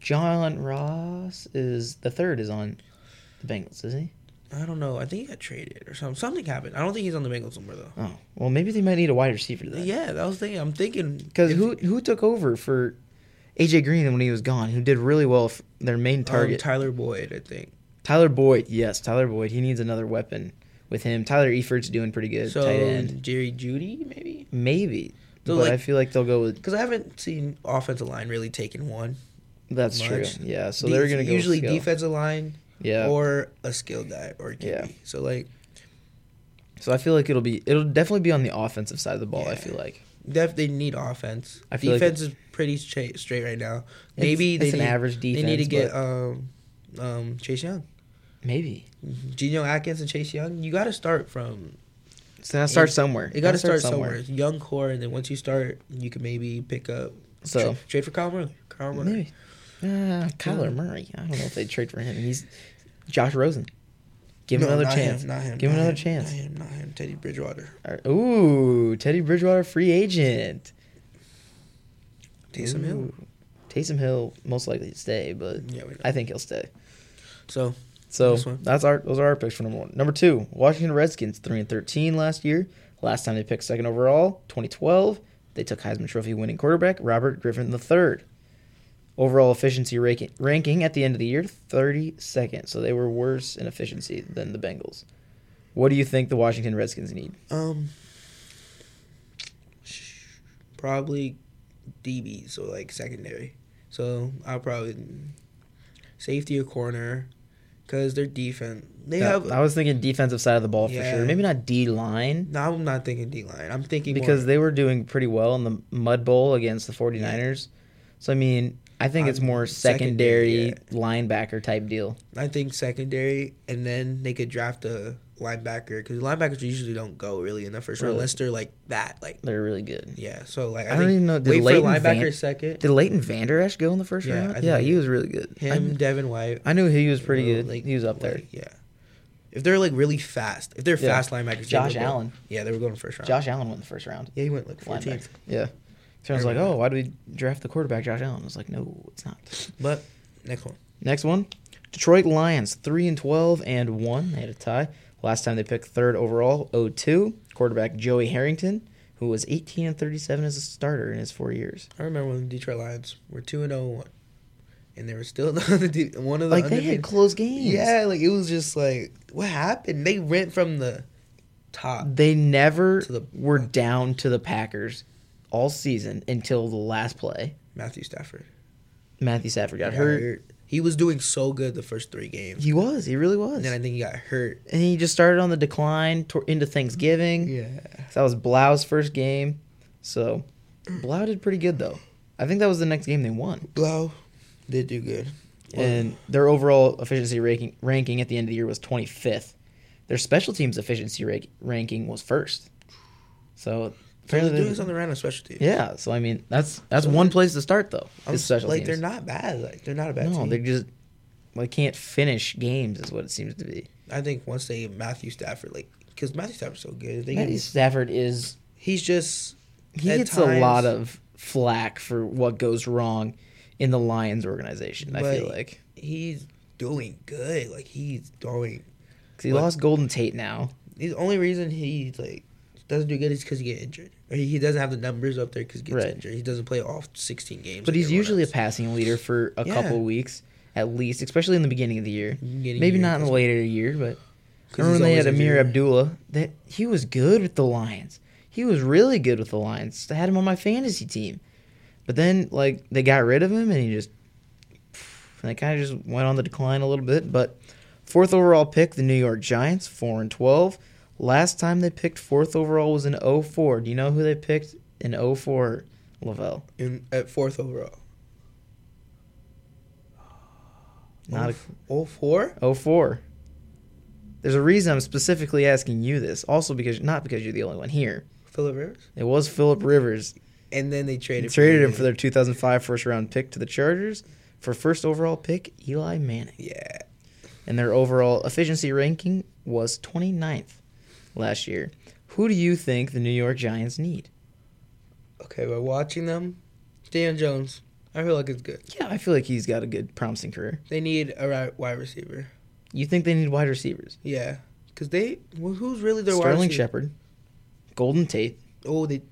Speaker 1: John Ross is the third is on the Bengals, is he?
Speaker 2: I don't know. I think he got traded or something. Something happened. I don't think he's on the Bengals somewhere though.
Speaker 1: Oh well, maybe they might need a wide receiver then.
Speaker 2: Yeah, that was thinking. I'm thinking
Speaker 1: Because
Speaker 2: if- um,
Speaker 1: who who took over for AJ Green when he was gone? Who did really well? f their main
Speaker 2: um,
Speaker 1: target.
Speaker 2: Tyler Boyd, I think.
Speaker 1: Tyler Boyd, yes, Tyler Boyd. He needs another weapon with him. Tyler Efert's doing pretty good,
Speaker 2: So
Speaker 1: tight end.
Speaker 2: Jerry Judy, maybe.
Speaker 1: Maybe, but
Speaker 2: So, like-
Speaker 1: I feel like they'll go with.
Speaker 2: Because I haven't seen offensive line really taking one.
Speaker 1: That's true.
Speaker 2: much.
Speaker 1: Yeah, so
Speaker 2: De-
Speaker 1: they're gonna go
Speaker 2: usually
Speaker 1: skill.
Speaker 2: defensive line
Speaker 1: Yeah,
Speaker 2: or a skill guy or a QB.
Speaker 1: Yeah.
Speaker 2: So like
Speaker 1: so I feel like it'll be it'll definitely be on the offensive side of the ball. I
Speaker 2: Yeah.
Speaker 1: feel like
Speaker 2: def- they need offense.
Speaker 1: I feel like-
Speaker 2: defense is pretty cha- straight right now.
Speaker 1: It's-
Speaker 2: Maybe they
Speaker 1: it's an
Speaker 2: need,
Speaker 1: average
Speaker 2: They need to
Speaker 1: defense,
Speaker 2: get um, um, Chase Young, Mm-hmm.
Speaker 1: maybe.
Speaker 2: Geno Atkins, and Chase Young. You got to start from.
Speaker 1: So that start somewhere.
Speaker 2: You got to start somewhere. Young core, and then once you start, you can maybe pick up.
Speaker 1: So-
Speaker 2: tra- trade for Kyle Murray. Kyle Murray.
Speaker 1: Maybe. Uh, Kyler Murray. I don't know if they trade for him. He's Josh Rosen. Give him
Speaker 2: No,
Speaker 1: another
Speaker 2: not
Speaker 1: chance.
Speaker 2: Him, not him.
Speaker 1: Give him
Speaker 2: not
Speaker 1: another
Speaker 2: him,
Speaker 1: chance.
Speaker 2: Not him. Not him. Teddy Bridgewater.
Speaker 1: All right. Ooh, Teddy Bridgewater, free agent.
Speaker 2: Taysom Hill.
Speaker 1: Ooh. Taysom Hill most likely to stay, but
Speaker 2: Yeah, we know.
Speaker 1: I think he'll stay.
Speaker 2: So
Speaker 1: So
Speaker 2: This one.
Speaker 1: that's our those are our picks for number one. Number two, Washington Redskins, three and thirteen last year. Last time they picked second overall, twenty twelve. They took Heisman Trophy winning quarterback Robert Griffin III. Overall efficiency ranking, ranking at the end of the year, thirty second. So they were worse in efficiency than the Bengals. What do you think the Washington Redskins need?
Speaker 2: um, probably DB. So like secondary. So I'll probably safety or corner, because their defense. They
Speaker 1: Yeah,
Speaker 2: have.
Speaker 1: I was thinking defensive side of the ball
Speaker 2: Yeah.
Speaker 1: for sure. Maybe not D line.
Speaker 2: No, I'm not thinking D line. I'm thinking
Speaker 1: because
Speaker 2: more,
Speaker 1: they were doing pretty well in the mud bowl against the 49ers so i mean i think it's
Speaker 2: I'm-
Speaker 1: more
Speaker 2: secondary,
Speaker 1: secondary linebacker type deal
Speaker 2: I think secondary, and then they could draft a linebacker because linebackers usually don't go really in the first round
Speaker 1: Really?
Speaker 2: unless they're like that, like
Speaker 1: They're really good.
Speaker 2: yeah. So like
Speaker 1: I
Speaker 2: I,
Speaker 1: don't
Speaker 2: think
Speaker 1: even know- did
Speaker 2: wait
Speaker 1: Leighton
Speaker 2: for linebacker
Speaker 1: Van-
Speaker 2: second.
Speaker 1: Did Leighton Vander Esch go in the first
Speaker 2: Yeah, I
Speaker 1: round?
Speaker 2: think
Speaker 1: Yeah,
Speaker 2: he
Speaker 1: he was really good. I
Speaker 2: him,
Speaker 1: kn-
Speaker 2: Devin White.
Speaker 1: I, knew he was pretty
Speaker 2: were,
Speaker 1: good.
Speaker 2: like,
Speaker 1: he was up there.
Speaker 2: like, yeah. If they're like really fast, if they're
Speaker 1: Yeah.
Speaker 2: fast linebackers, they
Speaker 1: Josh
Speaker 2: would go-
Speaker 1: Allen.
Speaker 2: Yeah, they were going first round.
Speaker 1: Josh Allen won the first round.
Speaker 2: Yeah, he went like 14th.
Speaker 1: Linebacker. Yeah. So I was like, oh, why do we draft the quarterback, Josh Allen? I was like, no, it's not.
Speaker 2: But next one.
Speaker 1: Next one, Detroit Lions, three and twelve and one. They had a tie last time. They picked third overall, 0-2. Quarterback Joey Harrington, who was eighteen and thirty-seven as a starter in his four years.
Speaker 2: I remember when the Detroit Lions were two and zero and one, and they were still not the de- one of the
Speaker 1: Like they had
Speaker 2: undefeated-
Speaker 1: close games.
Speaker 2: yeah, like it was just like what happened? They went from the top.
Speaker 1: They never
Speaker 2: To the-
Speaker 1: were down to the Packers all season until the last play.
Speaker 2: Matthew Stafford
Speaker 1: Matthew Stafford got
Speaker 2: Got
Speaker 1: hurt.
Speaker 2: hurt. He was doing so good the first three games,
Speaker 1: He was. He really was.
Speaker 2: and then I think he got hurt.
Speaker 1: and he just started on the decline to- into Thanksgiving.
Speaker 2: Yeah,
Speaker 1: So that was Blau's first game. So Blau did pretty good though. I think that was the next game they won.
Speaker 2: Blau did do good.
Speaker 1: And their overall efficiency ranking, ranking at the end of the year was 25th. Their special teams efficiency ra- ranking was first. So
Speaker 2: They're
Speaker 1: apparently,
Speaker 2: doing
Speaker 1: they-
Speaker 2: something around on special teams.
Speaker 1: yeah. So I mean, that's that's one place to start though.
Speaker 2: I'm
Speaker 1: Is special
Speaker 2: like
Speaker 1: teams.
Speaker 2: they're not bad. Like they're not a bad
Speaker 1: No,
Speaker 2: team.
Speaker 1: they just they can't finish games is what it seems to be.
Speaker 2: I think once they get Matthew Stafford, like because Matthew Stafford's so good, they
Speaker 1: Matthew
Speaker 2: get-
Speaker 1: Stafford is
Speaker 2: he's just
Speaker 1: he
Speaker 2: at
Speaker 1: gets a lot
Speaker 2: times-
Speaker 1: of flack for what goes wrong in the Lions organization. I feel
Speaker 2: But-
Speaker 1: like
Speaker 2: he's doing good. Like he's doing.
Speaker 1: 'Cause he
Speaker 2: but-
Speaker 1: lost Golden Tate now.
Speaker 2: The only reason he like doesn't do good is because he get injured, or he, he doesn't have the numbers up there because he gets
Speaker 1: Right.
Speaker 2: injured. He doesn't play all sixteen games.
Speaker 1: But
Speaker 2: like
Speaker 1: he's
Speaker 2: everyone
Speaker 1: usually a
Speaker 2: else.
Speaker 1: passing leader for a
Speaker 2: Yeah.
Speaker 1: couple weeks at least, especially in the beginning of the year.
Speaker 2: Beginning
Speaker 1: Maybe
Speaker 2: year,
Speaker 1: not in the
Speaker 2: 'cause-
Speaker 1: later year, but
Speaker 2: 'cause
Speaker 1: remember when
Speaker 2: he's
Speaker 1: they had
Speaker 2: always
Speaker 1: Amir
Speaker 2: injured.
Speaker 1: Abdullah? That he was good with the Lions. He was really good with the Lions. I had him on my fantasy team, but then like they got rid of him, and he just and they kind of just went on the decline a little bit. But fourth overall pick, the New York Giants, four and twelve. Last time they picked fourth overall was in 04. Do you know who they picked in 04? Lavelle.
Speaker 2: in, at fourth overall.
Speaker 1: Not a,
Speaker 2: all four.
Speaker 1: Oh four. There's a reason I'm specifically asking you this. Also because not because you're the only one here.
Speaker 2: Philip Rivers,
Speaker 1: It was Philip Rivers.
Speaker 2: and then they
Speaker 1: They
Speaker 2: traded
Speaker 1: traded him for their 2005 first round pick to the Chargers for first overall pick Eli Manning.
Speaker 2: yeah.
Speaker 1: And their overall efficiency ranking was 29th last year. Who do you think the New York Giants need?
Speaker 2: Okay, we're watching them. Dan Jones, I feel like it's good.
Speaker 1: Yeah, I feel like he's got a good promising career.
Speaker 2: They need a ri- wide receiver.
Speaker 1: You think they need wide receivers?
Speaker 2: Yeah, because they well, who's really their wide
Speaker 1: Sterling
Speaker 2: receiver?
Speaker 1: Shepard, Golden Tate,
Speaker 2: Oh, they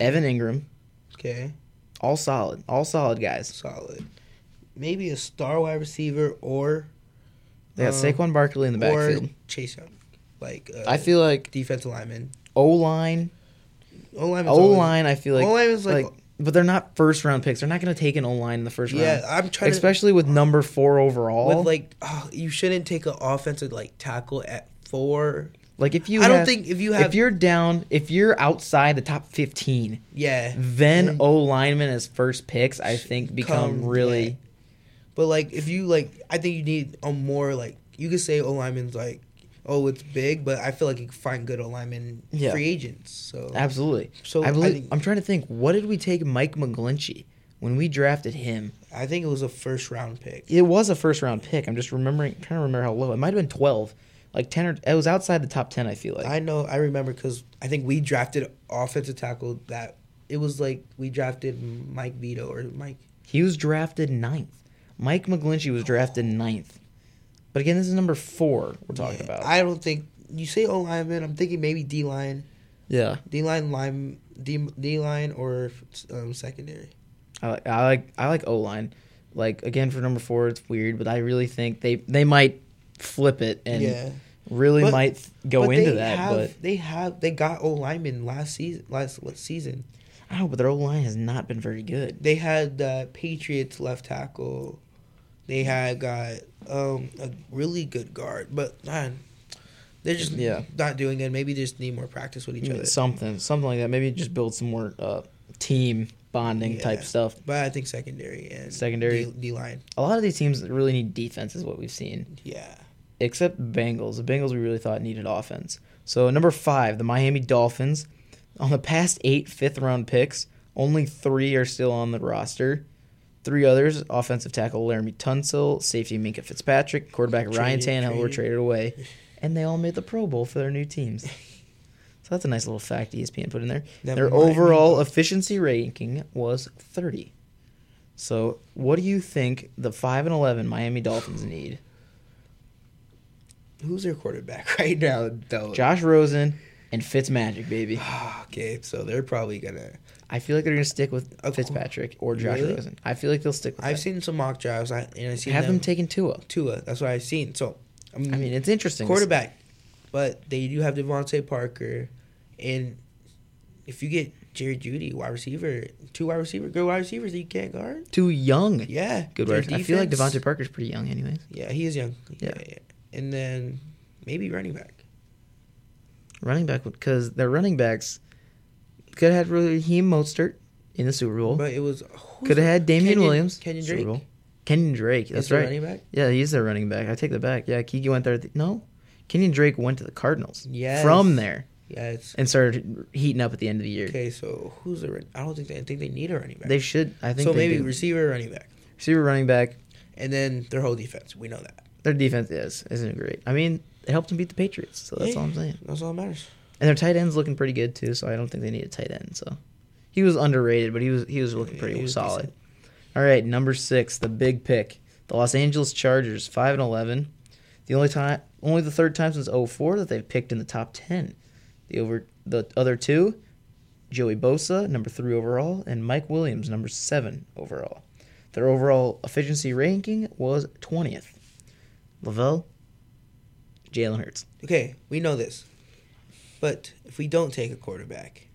Speaker 1: Evan Ingram,
Speaker 2: okay,
Speaker 1: all solid, all solid guys.
Speaker 2: solid. Maybe a star wide receiver or
Speaker 1: They got
Speaker 2: Uh,
Speaker 1: Saquon Barkley in the
Speaker 2: or
Speaker 1: backfield.
Speaker 2: Chase Young, like uh,
Speaker 1: I feel like
Speaker 2: defensive lineman.
Speaker 1: O line,
Speaker 2: O line.
Speaker 1: O line. I feel like
Speaker 2: O-line is like-
Speaker 1: but they're not first round picks. They're not going to take an O line in the first
Speaker 2: Yeah,
Speaker 1: round,
Speaker 2: I'm trying
Speaker 1: especially with number four
Speaker 2: to
Speaker 1: overall.
Speaker 2: with
Speaker 1: like,
Speaker 2: like oh, you shouldn't take an offensive like tackle at four.
Speaker 1: if you,
Speaker 2: I don't
Speaker 1: have-
Speaker 2: think if you have
Speaker 1: if you're down, if you're outside the top fifteen,
Speaker 2: yeah,
Speaker 1: then
Speaker 2: And-
Speaker 1: O linemen as first picks, I think become
Speaker 2: Come,
Speaker 1: really.
Speaker 2: yeah. but like if you like, I think you need a more like you could say O lineman's like oh it's big, but I feel like you can find good O lineman
Speaker 1: Yeah.
Speaker 2: free agents. So
Speaker 1: Absolutely.
Speaker 2: So,
Speaker 1: I
Speaker 2: I
Speaker 1: believe,
Speaker 2: think-
Speaker 1: I'm trying to think. What did we take Mike McGlinchey when we drafted him?
Speaker 2: I think it was a first round pick.
Speaker 1: It was a first round pick. I'm just remembering, trying to remember how low. It might have been 12, like 10 or it was outside the top 10. I feel like
Speaker 2: I know. I remember because I think we drafted offensive tackle that it was like we drafted Mike Vito or Mike.
Speaker 1: He was drafted ninth. Mike McGlinchey was drafted ninth. But again, this is number four we're talking
Speaker 2: Yeah,
Speaker 1: about.
Speaker 2: I don't think you say O lineman. I'm thinking maybe D line,
Speaker 1: yeah,
Speaker 2: D line, line, D D line or um, secondary.
Speaker 1: I like I like I like O line. Like again for number four, it's weird, but I really think they they might flip it and
Speaker 2: yeah,
Speaker 1: really
Speaker 2: But-
Speaker 1: might th- go
Speaker 2: But
Speaker 1: into
Speaker 2: they
Speaker 1: that.
Speaker 2: Have,
Speaker 1: but
Speaker 2: they have they got O lineman last season. Last what season?
Speaker 1: I don't know, but their O line has not been very good.
Speaker 2: They had the Patriots left tackle. They had got um, a really good guard, but man, they're just
Speaker 1: Yeah. Mm,
Speaker 2: not doing it. Maybe they just need more practice with each other.
Speaker 1: Something something like that. Maybe just build some more uh, team bonding type
Speaker 2: Yeah.
Speaker 1: stuff.
Speaker 2: But I think secondary and
Speaker 1: Secondary.
Speaker 2: D line.
Speaker 1: A lot of these teams that really need defense is what we've seen.
Speaker 2: Yeah,
Speaker 1: except Bengals. The Bengals we really thought needed offense. So number five, the Miami Dolphins. On the past eight fifth round picks, only three are still on the roster. Three others: offensive tackle Laramie Tunsil, safety Minka Fitzpatrick, quarterback Ryan
Speaker 2: Traded,
Speaker 1: Tannehill were
Speaker 2: traded.
Speaker 1: traded away, and they all made the Pro Bowl for their new teams. So that's a nice little fact E ESPN put in there.
Speaker 2: That
Speaker 1: Their
Speaker 2: Miami
Speaker 1: overall
Speaker 2: Dolphins-
Speaker 1: efficiency ranking was 30. So, what do you think the 5 and 11 Miami Dolphins need?
Speaker 2: Who's their quarterback right now, though? Ah,
Speaker 1: Josh Rosen and Fitzmagic, baby.
Speaker 2: Okay, so they're probably gonna.
Speaker 1: I feel like they're going to stick with
Speaker 2: Of course.
Speaker 1: Fitzpatrick or Josh
Speaker 2: Really?
Speaker 1: Rosen. I feel like they'll stick with
Speaker 2: I've
Speaker 1: that.
Speaker 2: seen some mock drafts, I, and I seen
Speaker 1: Have them
Speaker 2: take
Speaker 1: taking Tua.
Speaker 2: Tua. That's what I've seen. So I mean,
Speaker 1: I mean, it's interesting.
Speaker 2: quarterback, but they do have Devontae Parker, and if you get Jerry Judy, wide receiver, two wide receiver, good wide receivers that you can't guard.
Speaker 1: Too young.
Speaker 2: Yeah,
Speaker 1: Good
Speaker 2: their
Speaker 1: word. I feel like
Speaker 2: defense-
Speaker 1: Devontae Parker's pretty young anyways.
Speaker 2: Yeah, he is young.
Speaker 1: Yeah.
Speaker 2: and then maybe running back.
Speaker 1: Running back, because their running backs could have had Raheem Mostert in the Super Bowl.
Speaker 2: But it was
Speaker 1: Could have had Damian
Speaker 2: Kenyon-
Speaker 1: Williams.
Speaker 2: Kenyon
Speaker 1: Super
Speaker 2: Drake?
Speaker 1: Bowl. Kenyon Drake. That's
Speaker 2: Is he a
Speaker 1: right.
Speaker 2: running back?
Speaker 1: Yeah, he's their running back. I take that back. Yeah, Kiki went there. At the, no, Kenyon Drake went to the Cardinals.
Speaker 2: Yes.
Speaker 1: From there
Speaker 2: Yeah, it's
Speaker 1: and started heating up at the end of the year.
Speaker 2: okay. So who's the? run- I don't think they I think they need a running back.
Speaker 1: They should. I think.
Speaker 2: so
Speaker 1: they
Speaker 2: maybe
Speaker 1: do.
Speaker 2: receiver, running back,
Speaker 1: receiver, running back.
Speaker 2: and then their whole defense. We know that.
Speaker 1: Their defense is isn't it great. I mean, it helped them beat the Patriots. So that's
Speaker 2: Yeah.
Speaker 1: all I'm saying.
Speaker 2: That's all that matters.
Speaker 1: And their tight end's looking pretty good too. So I don't think they need a tight end. So he was underrated, but he was he was looking
Speaker 2: Yeah,
Speaker 1: pretty
Speaker 2: he was
Speaker 1: solid.
Speaker 2: decent.
Speaker 1: All right, number six, the big pick, the Los Angeles Chargers, five and eleven. The only time, only the third time since 04 that they've picked in the top ten. The over the other two, Joey Bosa, number three overall, and Mike Williams, number seven overall. Their overall efficiency ranking was twentieth. Lavelle, Jalen Hurts.
Speaker 2: Okay, we know this, but if we don't take a quarterback,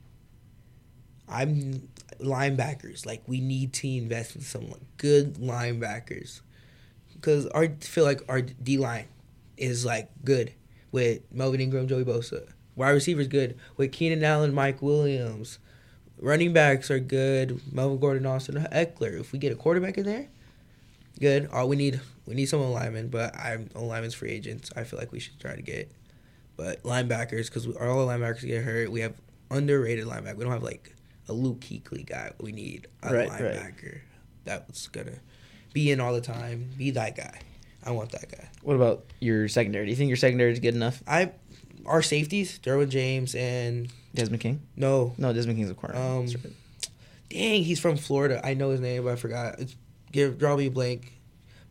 Speaker 2: I'm linebackers. Like we need to invest in someone good linebackers, because our feel like our D line is like good with Melvin Ingram, Joey Bosa. Wide receivers good with Keenan Allen, Mike Williams. Running backs are good. Melvin Gordon, Austin Eckler. If we get a quarterback in there, good. All we need we need some linemen, but I'm linemen's free agents. I feel like we should try to get, but linebackers because all the linebackers get hurt. We have underrated linebacker. We don't have like a Luke Kuechly guy. We need a
Speaker 1: Right, right.
Speaker 2: linebacker that's gonna be in all the time. Be that guy. I want that guy.
Speaker 1: What about your secondary? Do you think your secondary is good enough?
Speaker 2: I our safeties, Derwin James and
Speaker 1: Desmond King?
Speaker 2: no,
Speaker 1: No, Desmond King's a corner.
Speaker 2: Um,
Speaker 1: That's right.
Speaker 2: dang, he's from Florida. I know his name, but I forgot. It's give draw me a blank.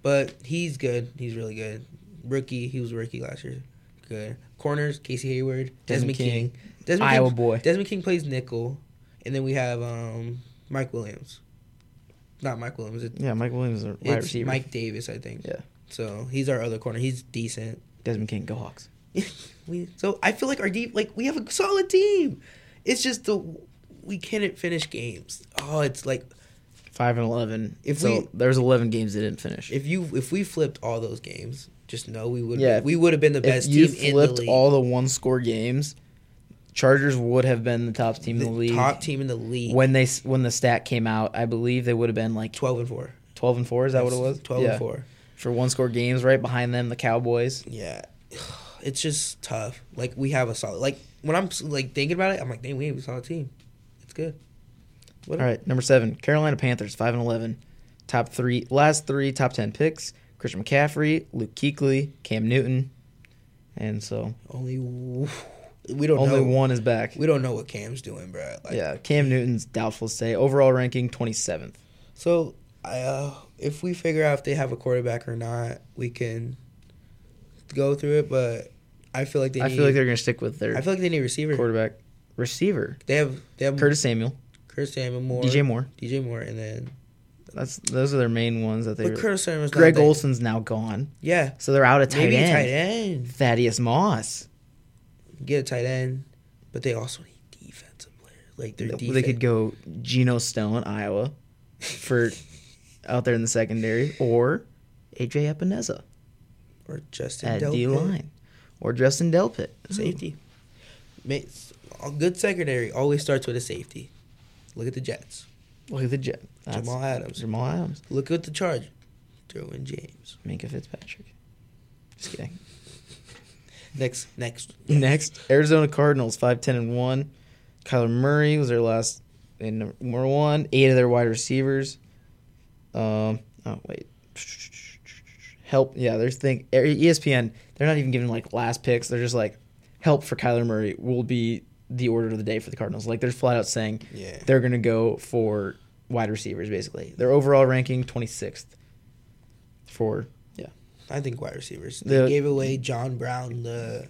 Speaker 2: But he's good. He's really good. Rookie, he was a rookie last year. Good. Corners, Casey Hayward, Desmond,
Speaker 1: Desmond
Speaker 2: King.
Speaker 1: King.
Speaker 2: Desmond
Speaker 1: Iowa
Speaker 2: King,
Speaker 1: boy.
Speaker 2: Desmond King plays nickel. And then we have um, Mike Williams. Not Mike Williams. It,
Speaker 1: Yeah, Mike Williams is a wide
Speaker 2: it's
Speaker 1: receiver.
Speaker 2: Mike Davis, I think.
Speaker 1: Yeah.
Speaker 2: So he's our other corner. He's decent.
Speaker 1: Desmond King, go Hawks.
Speaker 2: we so I feel like our deep like we have a solid team. It's just the we couldn't finish games. Oh, it's like
Speaker 1: Five and eleven.
Speaker 2: If
Speaker 1: so
Speaker 2: we-
Speaker 1: there's eleven games they didn't finish.
Speaker 2: If you if we flipped all those games, just know we would
Speaker 1: Yeah,
Speaker 2: yeah,
Speaker 1: if-
Speaker 2: we would have been the
Speaker 1: If
Speaker 2: best
Speaker 1: you
Speaker 2: team
Speaker 1: flipped
Speaker 2: in the league.
Speaker 1: all the one score games, Chargers would have been the top team
Speaker 2: the
Speaker 1: in the league.
Speaker 2: top team in the league.
Speaker 1: When they s- when the stat came out, I believe they would have been like
Speaker 2: twelve and four.
Speaker 1: twelve and four. Is that what it was?
Speaker 2: Twelve
Speaker 1: yeah.
Speaker 2: and four.
Speaker 1: for one score games. Right behind them, the Cowboys.
Speaker 2: Yeah, it's just tough. Like we have a solid. Like when I'm like thinking about it, I'm like, dang, we have a solid team. It's good.
Speaker 1: All right, number seven, Carolina Panthers, five and eleven, top three, last three top ten picks: Christian McCaffrey, Luke Kuechly, Cam Newton, and so
Speaker 2: Only w- we don't
Speaker 1: only
Speaker 2: know.
Speaker 1: one is back.
Speaker 2: Oh, We don't know what Cam's doing, bro. Like,
Speaker 1: yeah, Cam Newton's doubtful today. Overall ranking twenty seventh.
Speaker 2: So I, uh, if we figure out if they have a quarterback or not, we can go through it. But I feel like they.
Speaker 1: I
Speaker 2: need,
Speaker 1: feel like they're going to stick with their
Speaker 2: I feel like they need receiver.
Speaker 1: quarterback receiver.
Speaker 2: They have they have
Speaker 1: Curtis Samuel,
Speaker 2: Curtis Samuel Moore,
Speaker 1: DJ Moore.
Speaker 2: DJ Moore, and then
Speaker 1: That's those are their main ones that they.
Speaker 2: but Curtis Samuel's not
Speaker 1: Greg
Speaker 2: that-
Speaker 1: Olson's now gone,
Speaker 2: Yeah,
Speaker 1: so they're out of tight
Speaker 2: maybe a
Speaker 1: end.
Speaker 2: tight end.
Speaker 1: Thaddeus Moss.
Speaker 2: Get a tight end, but they also need defensive players. Like their defense.
Speaker 1: They could go Geno Stone, Iowa, for out there in the secondary, or AJ Epineza
Speaker 2: or Justin
Speaker 1: at
Speaker 2: Delpit. Hmm.
Speaker 1: D line, or Justin Delpit
Speaker 2: safety. Mates, a good secondary always starts with a safety. Look at the Jets.
Speaker 1: Look at the Jet. That's-
Speaker 2: Jamal Adams.
Speaker 1: Jamal Adams.
Speaker 2: Look at the Charge. Derwin James.
Speaker 1: Minka Fitzpatrick. Just kidding.
Speaker 2: Next, next.
Speaker 1: Next, Arizona Cardinals, 5 10 and 1. Kyler Murray was their last in number one. Eight of their wide receivers. Um, oh, wait. Help. Yeah, there's er, E thing. ESPN, they're not even giving like last picks. They're just like, help for Kyler Murray will be the order of the day for the Cardinals. Like, they're flat out saying
Speaker 2: Yeah.
Speaker 1: they're going to go for wide receivers, basically. Their overall ranking, 26th for, yeah.
Speaker 2: I think wide receivers. They
Speaker 1: The-
Speaker 2: gave away John Brown the,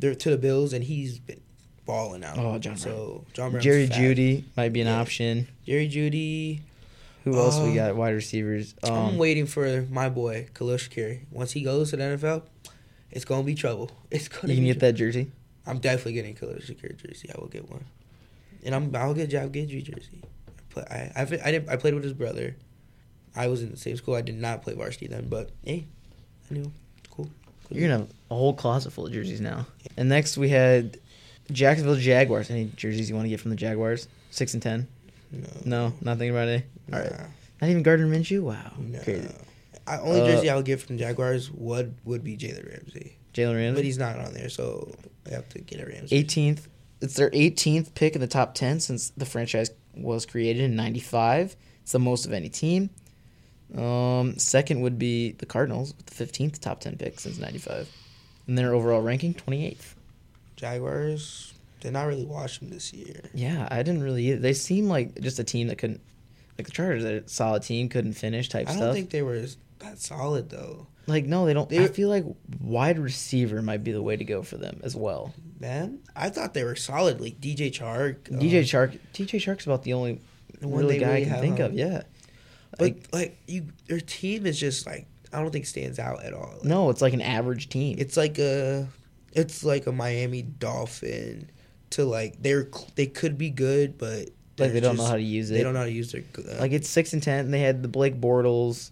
Speaker 2: they to the Bills, and he's been balling out.
Speaker 1: Oh, John
Speaker 2: So John Brown.
Speaker 1: Jerry Judy might be an
Speaker 2: Yeah.
Speaker 1: option.
Speaker 2: Jerry Judy.
Speaker 1: Who else we
Speaker 2: Um,
Speaker 1: got? Wide receivers.
Speaker 2: I'm
Speaker 1: Um,
Speaker 2: waiting for my boy Khalil Shakir. Once he goes to the NFL, it's gonna be trouble. It's gonna.
Speaker 1: you can
Speaker 2: be
Speaker 1: get that
Speaker 2: trouble.
Speaker 1: jersey.
Speaker 2: I'm definitely getting Khalil Shakir jersey. I will get one, and I'm I'll get I'll get you jersey. I play, I I've, I didn't I played with his brother. I was in the same school. I did not play varsity then, but hey, I knew. It's cool.
Speaker 1: You're gonna have a whole closet full of jerseys now. And next we had Jacksonville Jaguars. Any jerseys you want to get from the Jaguars? Six and ten.
Speaker 2: No.
Speaker 1: No, nothing about it. All right.
Speaker 2: Nah.
Speaker 1: Not even Gardner Minshew. Wow.
Speaker 2: No.
Speaker 1: Crazy.
Speaker 2: I, only
Speaker 1: Uh,
Speaker 2: jersey I would get from Jaguars would would be Jalen Ramsey,
Speaker 1: Jalen
Speaker 2: but
Speaker 1: Ramsey.
Speaker 2: he's not on there, so I have to get a Ramsey.
Speaker 1: Eighteenth. It's their 18th pick in the top 10 since the franchise was created in '95. It's the most of any team. Um, second would be the Cardinals with the 15th top 10 pick since '95, and their overall ranking 28th.
Speaker 2: Jaguars did not really watch him this year.
Speaker 1: Yeah, I didn't really. Either. They seem like just a team that couldn't, like the Chargers, a solid team couldn't finish type
Speaker 2: I don't
Speaker 1: stuff.
Speaker 2: think they were as- that solid though.
Speaker 1: like no, they don't.
Speaker 2: they
Speaker 1: I
Speaker 2: were-
Speaker 1: feel like wide receiver might be the way to go for them as well.
Speaker 2: Man, I thought they were solid. Like DJ Chark,
Speaker 1: DJ
Speaker 2: um,
Speaker 1: Shark, DJ Shark's about the only
Speaker 2: The one
Speaker 1: really
Speaker 2: they
Speaker 1: guy
Speaker 2: really
Speaker 1: I can
Speaker 2: have
Speaker 1: think
Speaker 2: on.
Speaker 1: of. Yeah,
Speaker 2: but
Speaker 1: like,
Speaker 2: like, you, their team is just like I don't think stands out at all. Like,
Speaker 1: no, it's like an average team.
Speaker 2: it's like a, it's like a Miami Dolphin to like they're cl- they could be good, but
Speaker 1: like they
Speaker 2: they're
Speaker 1: don't know
Speaker 2: just-
Speaker 1: how to use it.
Speaker 2: They don't know how to use their g- uh,
Speaker 1: Like it's six and ten. And they had the Blake Bortles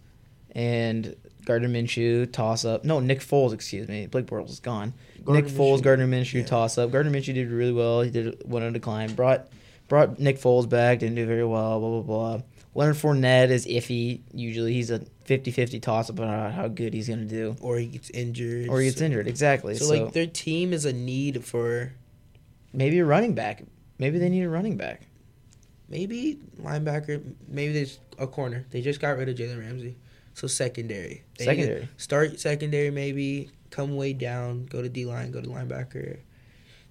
Speaker 1: and Gardner Minshew toss up. No, Nick Foles. Excuse me. Blake Bortles is gone.
Speaker 2: Gardner
Speaker 1: Nick Foles,
Speaker 2: Minshew.
Speaker 1: Gardner Minshew
Speaker 2: Yeah.
Speaker 1: toss up. Gardner Minshew did really well. He did went on a decline. Brought brought Nick Foles back. Didn't do very well. Blah blah blah. Leonard Fournette is iffy. Usually he's a 50-50 toss up about how good he's gonna do,
Speaker 2: or he gets injured,
Speaker 1: or he gets
Speaker 2: so-
Speaker 1: injured. Exactly.
Speaker 2: So,
Speaker 1: So,
Speaker 2: like their team is a need for
Speaker 1: maybe a running back. Maybe they need a running back.
Speaker 2: maybe linebacker, maybe there's a corner. They just got rid of Jalen Ramsey, so secondary. They need to
Speaker 1: Secondary.
Speaker 2: start secondary maybe. Come way down, go to D line, go to linebacker.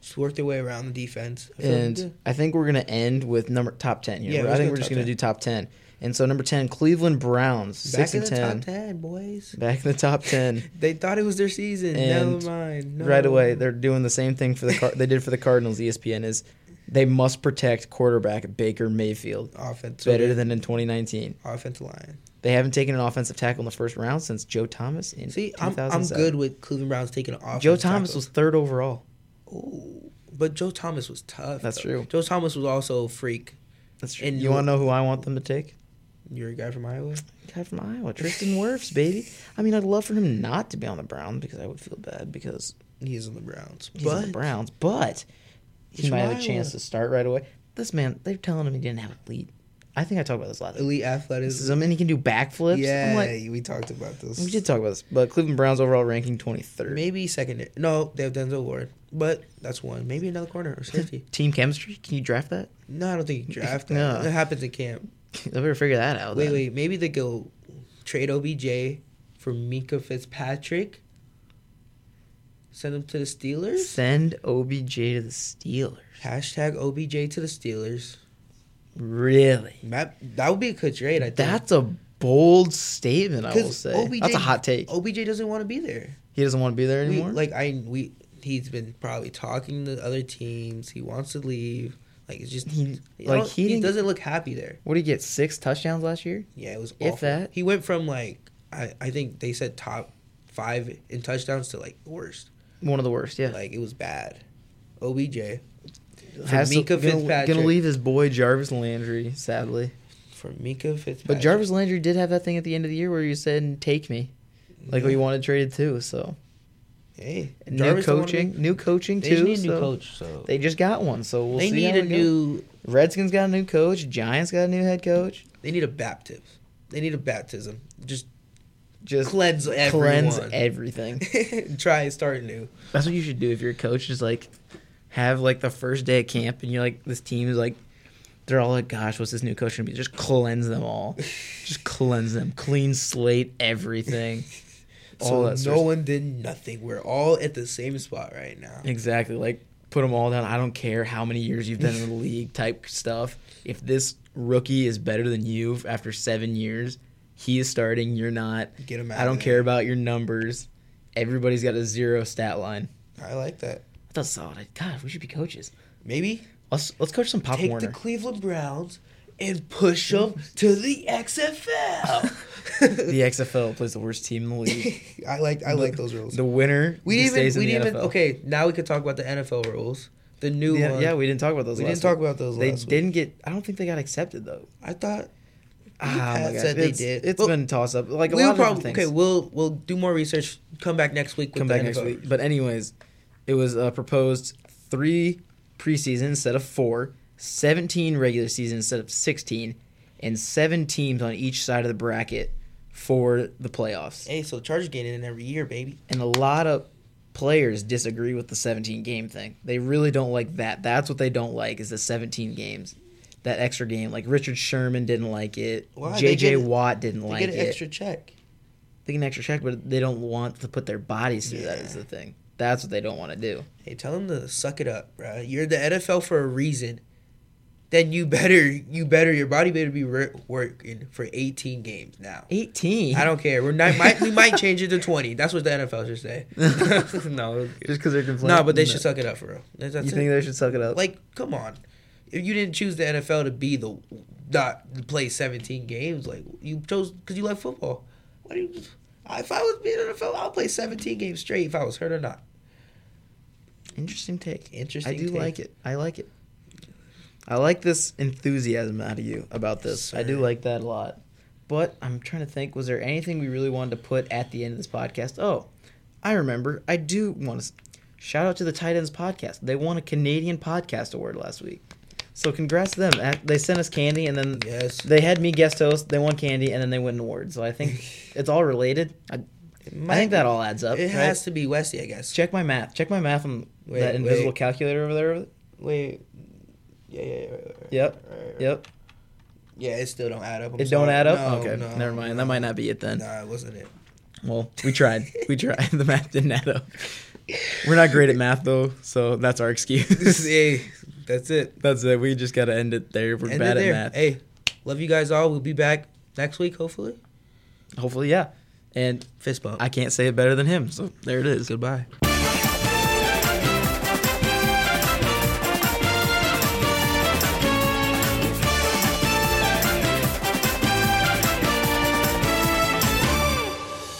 Speaker 2: Just work their way around the defense. I feel like
Speaker 1: And
Speaker 2: they do.
Speaker 1: I think we're gonna end with number top ten
Speaker 2: Yeah,
Speaker 1: here.
Speaker 2: we're
Speaker 1: I
Speaker 2: just
Speaker 1: think
Speaker 2: gonna
Speaker 1: we're just
Speaker 2: top
Speaker 1: gonna
Speaker 2: 10.
Speaker 1: do top ten. And so number ten, Cleveland Browns,
Speaker 2: back
Speaker 1: six
Speaker 2: in
Speaker 1: and
Speaker 2: the
Speaker 1: ten,
Speaker 2: top ten, boys.
Speaker 1: back in the top ten.
Speaker 2: They thought it was their season.
Speaker 1: And
Speaker 2: Never mind. No.
Speaker 1: Right away, they're doing the same thing for the Car- they did for the Cardinals. E ESPN is they must protect quarterback Baker Mayfield
Speaker 2: offensive
Speaker 1: better than in 2019.
Speaker 2: offensive line.
Speaker 1: They haven't taken an offensive tackle in the first round since Joe Thomas in
Speaker 2: See, I'm,
Speaker 1: 2007.
Speaker 2: I'm good with Cleveland Browns taking an offense.
Speaker 1: Joe Thomas was third overall.
Speaker 2: Ooh, but Joe Thomas was tough.
Speaker 1: That's true.
Speaker 2: Joe Thomas was also a freak.
Speaker 1: That's true.
Speaker 2: And
Speaker 1: you want to know who I want them to take?
Speaker 2: You're a guy from Iowa.
Speaker 1: guy from Iowa, Tristan Wirfs, baby. I mean, I'd love for him not to be on the Browns because I would feel bad because
Speaker 2: He's in the Browns.
Speaker 1: he's
Speaker 2: but
Speaker 1: on the Browns, but he
Speaker 2: He's
Speaker 1: might have
Speaker 2: from
Speaker 1: a chance
Speaker 2: Iowa.
Speaker 1: to start right away. This man, they're telling him he didn't have elite. I think I talked about this last
Speaker 2: elite athleticism.
Speaker 1: time. And he can do backflips.
Speaker 2: Yeah,
Speaker 1: I'm like,
Speaker 2: we talked about this.
Speaker 1: we did talk about this, but Cleveland Browns overall ranking 23rd.
Speaker 2: Maybe secondary. No, they have Denzel Ward, but that's one. Maybe another corner or safety.
Speaker 1: Team chemistry? Can you draft that?
Speaker 2: no, I don't think you draft that.
Speaker 1: No.
Speaker 2: That happens in camp.
Speaker 1: I better figure that out.
Speaker 2: Wait,
Speaker 1: then.
Speaker 2: wait. Maybe they go trade OBJ for Mika Fitzpatrick. Send him to the Steelers.
Speaker 1: Send OBJ to the Steelers.
Speaker 2: Hashtag OBJ to the Steelers.
Speaker 1: Really?
Speaker 2: That, that would be a good trade. I think.
Speaker 1: That's a bold statement, I will
Speaker 2: 'Cause
Speaker 1: say. That's a hot take.
Speaker 2: OBJ doesn't want to be there.
Speaker 1: He doesn't want to be there
Speaker 2: We,
Speaker 1: anymore?
Speaker 2: like I we he's been probably talking to other teams. He wants to leave. Like it's just
Speaker 1: He-
Speaker 2: I
Speaker 1: like,
Speaker 2: don't-
Speaker 1: he
Speaker 2: he
Speaker 1: didn't-
Speaker 2: doesn't look happy there.
Speaker 1: What did he get? Six touchdowns last year?
Speaker 2: Yeah, it was awful.
Speaker 1: If that.
Speaker 2: He went from like I I think they said top five in touchdowns to like worst.
Speaker 1: One of the worst, yeah.
Speaker 2: Like it was bad. OBJ
Speaker 1: Has to-
Speaker 2: Mika
Speaker 1: gonna,
Speaker 2: Fitzpatrick.
Speaker 1: gonna leave his boy Jarvis Landry, sadly.
Speaker 2: for Mika Fitzpatrick.
Speaker 1: But Jarvis Landry did have that thing at the end of the year where you said, "Take me," like we wanted traded too. So
Speaker 2: hey
Speaker 1: And
Speaker 2: Jarvis
Speaker 1: new
Speaker 2: don't wanna
Speaker 1: coaching,
Speaker 2: be-
Speaker 1: new coaching
Speaker 2: They
Speaker 1: too.
Speaker 2: just need a new
Speaker 1: so
Speaker 2: coach. So
Speaker 1: They just got one, so we'll
Speaker 2: they
Speaker 1: see.
Speaker 2: need
Speaker 1: how
Speaker 2: a
Speaker 1: it goes.
Speaker 2: new
Speaker 1: Redskins got a new coach. Giants got a new head coach.
Speaker 2: They need a baptism. They need a baptism. Just
Speaker 1: Just
Speaker 2: Cleanse
Speaker 1: cleanse
Speaker 2: everyone.
Speaker 1: everything.
Speaker 2: Try and start new.
Speaker 1: That's what you should do if you're a coach. Is like have like the first day at camp, and you're like this team is like they're all like, gosh, what's this new coach gonna be? Just cleanse them all. Just cleanse them. Clean slate everything. all
Speaker 2: So
Speaker 1: that
Speaker 2: no
Speaker 1: sort of-
Speaker 2: one did nothing. We're all at the same spot right now.
Speaker 1: exactly like put them all down. I don't care how many years you've been in the league type stuff. If this rookie is better than you after seven years, he is starting. You're not.
Speaker 2: Get him out.
Speaker 1: I don't
Speaker 2: of
Speaker 1: care
Speaker 2: there.
Speaker 1: about your numbers. Everybody's got a zero stat line.
Speaker 2: I like that.
Speaker 1: That's solid. God, we should be coaches.
Speaker 2: Maybe
Speaker 1: Let's let's coach some Pop
Speaker 2: take
Speaker 1: Warner.
Speaker 2: the Cleveland Browns and push them to the XFL.
Speaker 1: the XFL plays the worst team in the league.
Speaker 2: I like I like those rules.
Speaker 1: the winner
Speaker 2: we didn't
Speaker 1: stays
Speaker 2: even we
Speaker 1: in
Speaker 2: didn't
Speaker 1: the NFL.
Speaker 2: even okay. Now we could talk about the NFL rules. The new
Speaker 1: Yeah,
Speaker 2: one.
Speaker 1: yeah, we didn't talk about those.
Speaker 2: we
Speaker 1: last
Speaker 2: didn't talk
Speaker 1: week.
Speaker 2: about those.
Speaker 1: They
Speaker 2: last week.
Speaker 1: didn't get. I don't think they got accepted though.
Speaker 2: I thought
Speaker 1: Ah,
Speaker 2: Pat
Speaker 1: my God.
Speaker 2: said they
Speaker 1: It's-
Speaker 2: did.
Speaker 1: It's
Speaker 2: But
Speaker 1: been toss up. Like a
Speaker 2: we
Speaker 1: lot
Speaker 2: will
Speaker 1: of different
Speaker 2: probably
Speaker 1: things.
Speaker 2: okay. We'll we'll do more research. Come back next week. With
Speaker 1: come
Speaker 2: the
Speaker 1: back next
Speaker 2: NFL.
Speaker 1: week. But anyways, it was uh, proposed three preseason instead of four, 17 regular season instead of 16, and seven teams on each side of the bracket for the playoffs.
Speaker 2: Hey, so Chargers getting in every year, baby.
Speaker 1: And a lot of players disagree with the 17 game thing. They really don't like that. That's what they don't like is the 17 games. That extra game, like Richard Sherman didn't like it.
Speaker 2: Why? They
Speaker 1: JJ
Speaker 2: get-
Speaker 1: Watt didn't
Speaker 2: They
Speaker 1: like
Speaker 2: get an
Speaker 1: it
Speaker 2: extra check.
Speaker 1: they can extra check, but they don't want to put their bodies through that.
Speaker 2: Yeah.
Speaker 1: Is the thing. That's what they don't want to do.
Speaker 2: Hey, tell them to suck it up, bro. You're the NFL for a reason. Then you better, you better, your body better be re- working for 18 games now.
Speaker 1: Eighteen.
Speaker 2: I don't care. We're not, might, we might change it to 20. That's what the NFL should say. no,
Speaker 1: just because they're complaining.
Speaker 2: no, but they should suck it up for real. That's, that's
Speaker 1: You
Speaker 2: it.
Speaker 1: think they should suck it up?
Speaker 2: like, come on. If you didn't choose the NFL to be the not to play 17 games, like you chose because you like football. Why do you, if I was being NFL, I'll play 17 games straight if I was hurt or not.
Speaker 1: interesting take.
Speaker 2: Interesting
Speaker 1: I do
Speaker 2: take.
Speaker 1: like it. I like it. I like this enthusiasm out of you about this. I do
Speaker 2: sir.
Speaker 1: like that a lot. But I'm trying to think. Was there anything we really wanted to put at the end of this podcast? Oh, I remember. I do want to shout out to the Tight Ends podcast. They won a Canadian podcast award last week. So congrats to them. Ac- They sent us candy, and then
Speaker 2: Yes.
Speaker 1: They had me guest host. They won candy, and then they win an award. So I think it's all related. I, I think that all adds up.
Speaker 2: It
Speaker 1: right?
Speaker 2: has to be Wesley, I guess.
Speaker 1: Check my math. Check my math on
Speaker 2: Wait,
Speaker 1: that invisible
Speaker 2: wait.
Speaker 1: calculator over there.
Speaker 2: Wait. Yeah, yeah, yeah. Right, right,
Speaker 1: Yep.
Speaker 2: right, right, right.
Speaker 1: Yep.
Speaker 2: Yeah, it still don't add up. I'm
Speaker 1: It don't
Speaker 2: sorry.
Speaker 1: add up.
Speaker 2: No,
Speaker 1: okay.
Speaker 2: no,
Speaker 1: Never mind. That might not be it then.
Speaker 2: Nah, it wasn't it.
Speaker 1: Well, we tried. we tried. The math didn't add up. We're not great at math though, so that's our
Speaker 2: This
Speaker 1: excuse.
Speaker 2: is hey, that's it.
Speaker 1: that's it. We just gotta end it there. We're
Speaker 2: End
Speaker 1: bad
Speaker 2: it there.
Speaker 1: at math.
Speaker 2: Hey, love you guys all. We'll be back next week, hopefully.
Speaker 1: Hopefully, yeah. And
Speaker 2: Fist bump.
Speaker 1: I can't say it better than him. So there it is. Goodbye.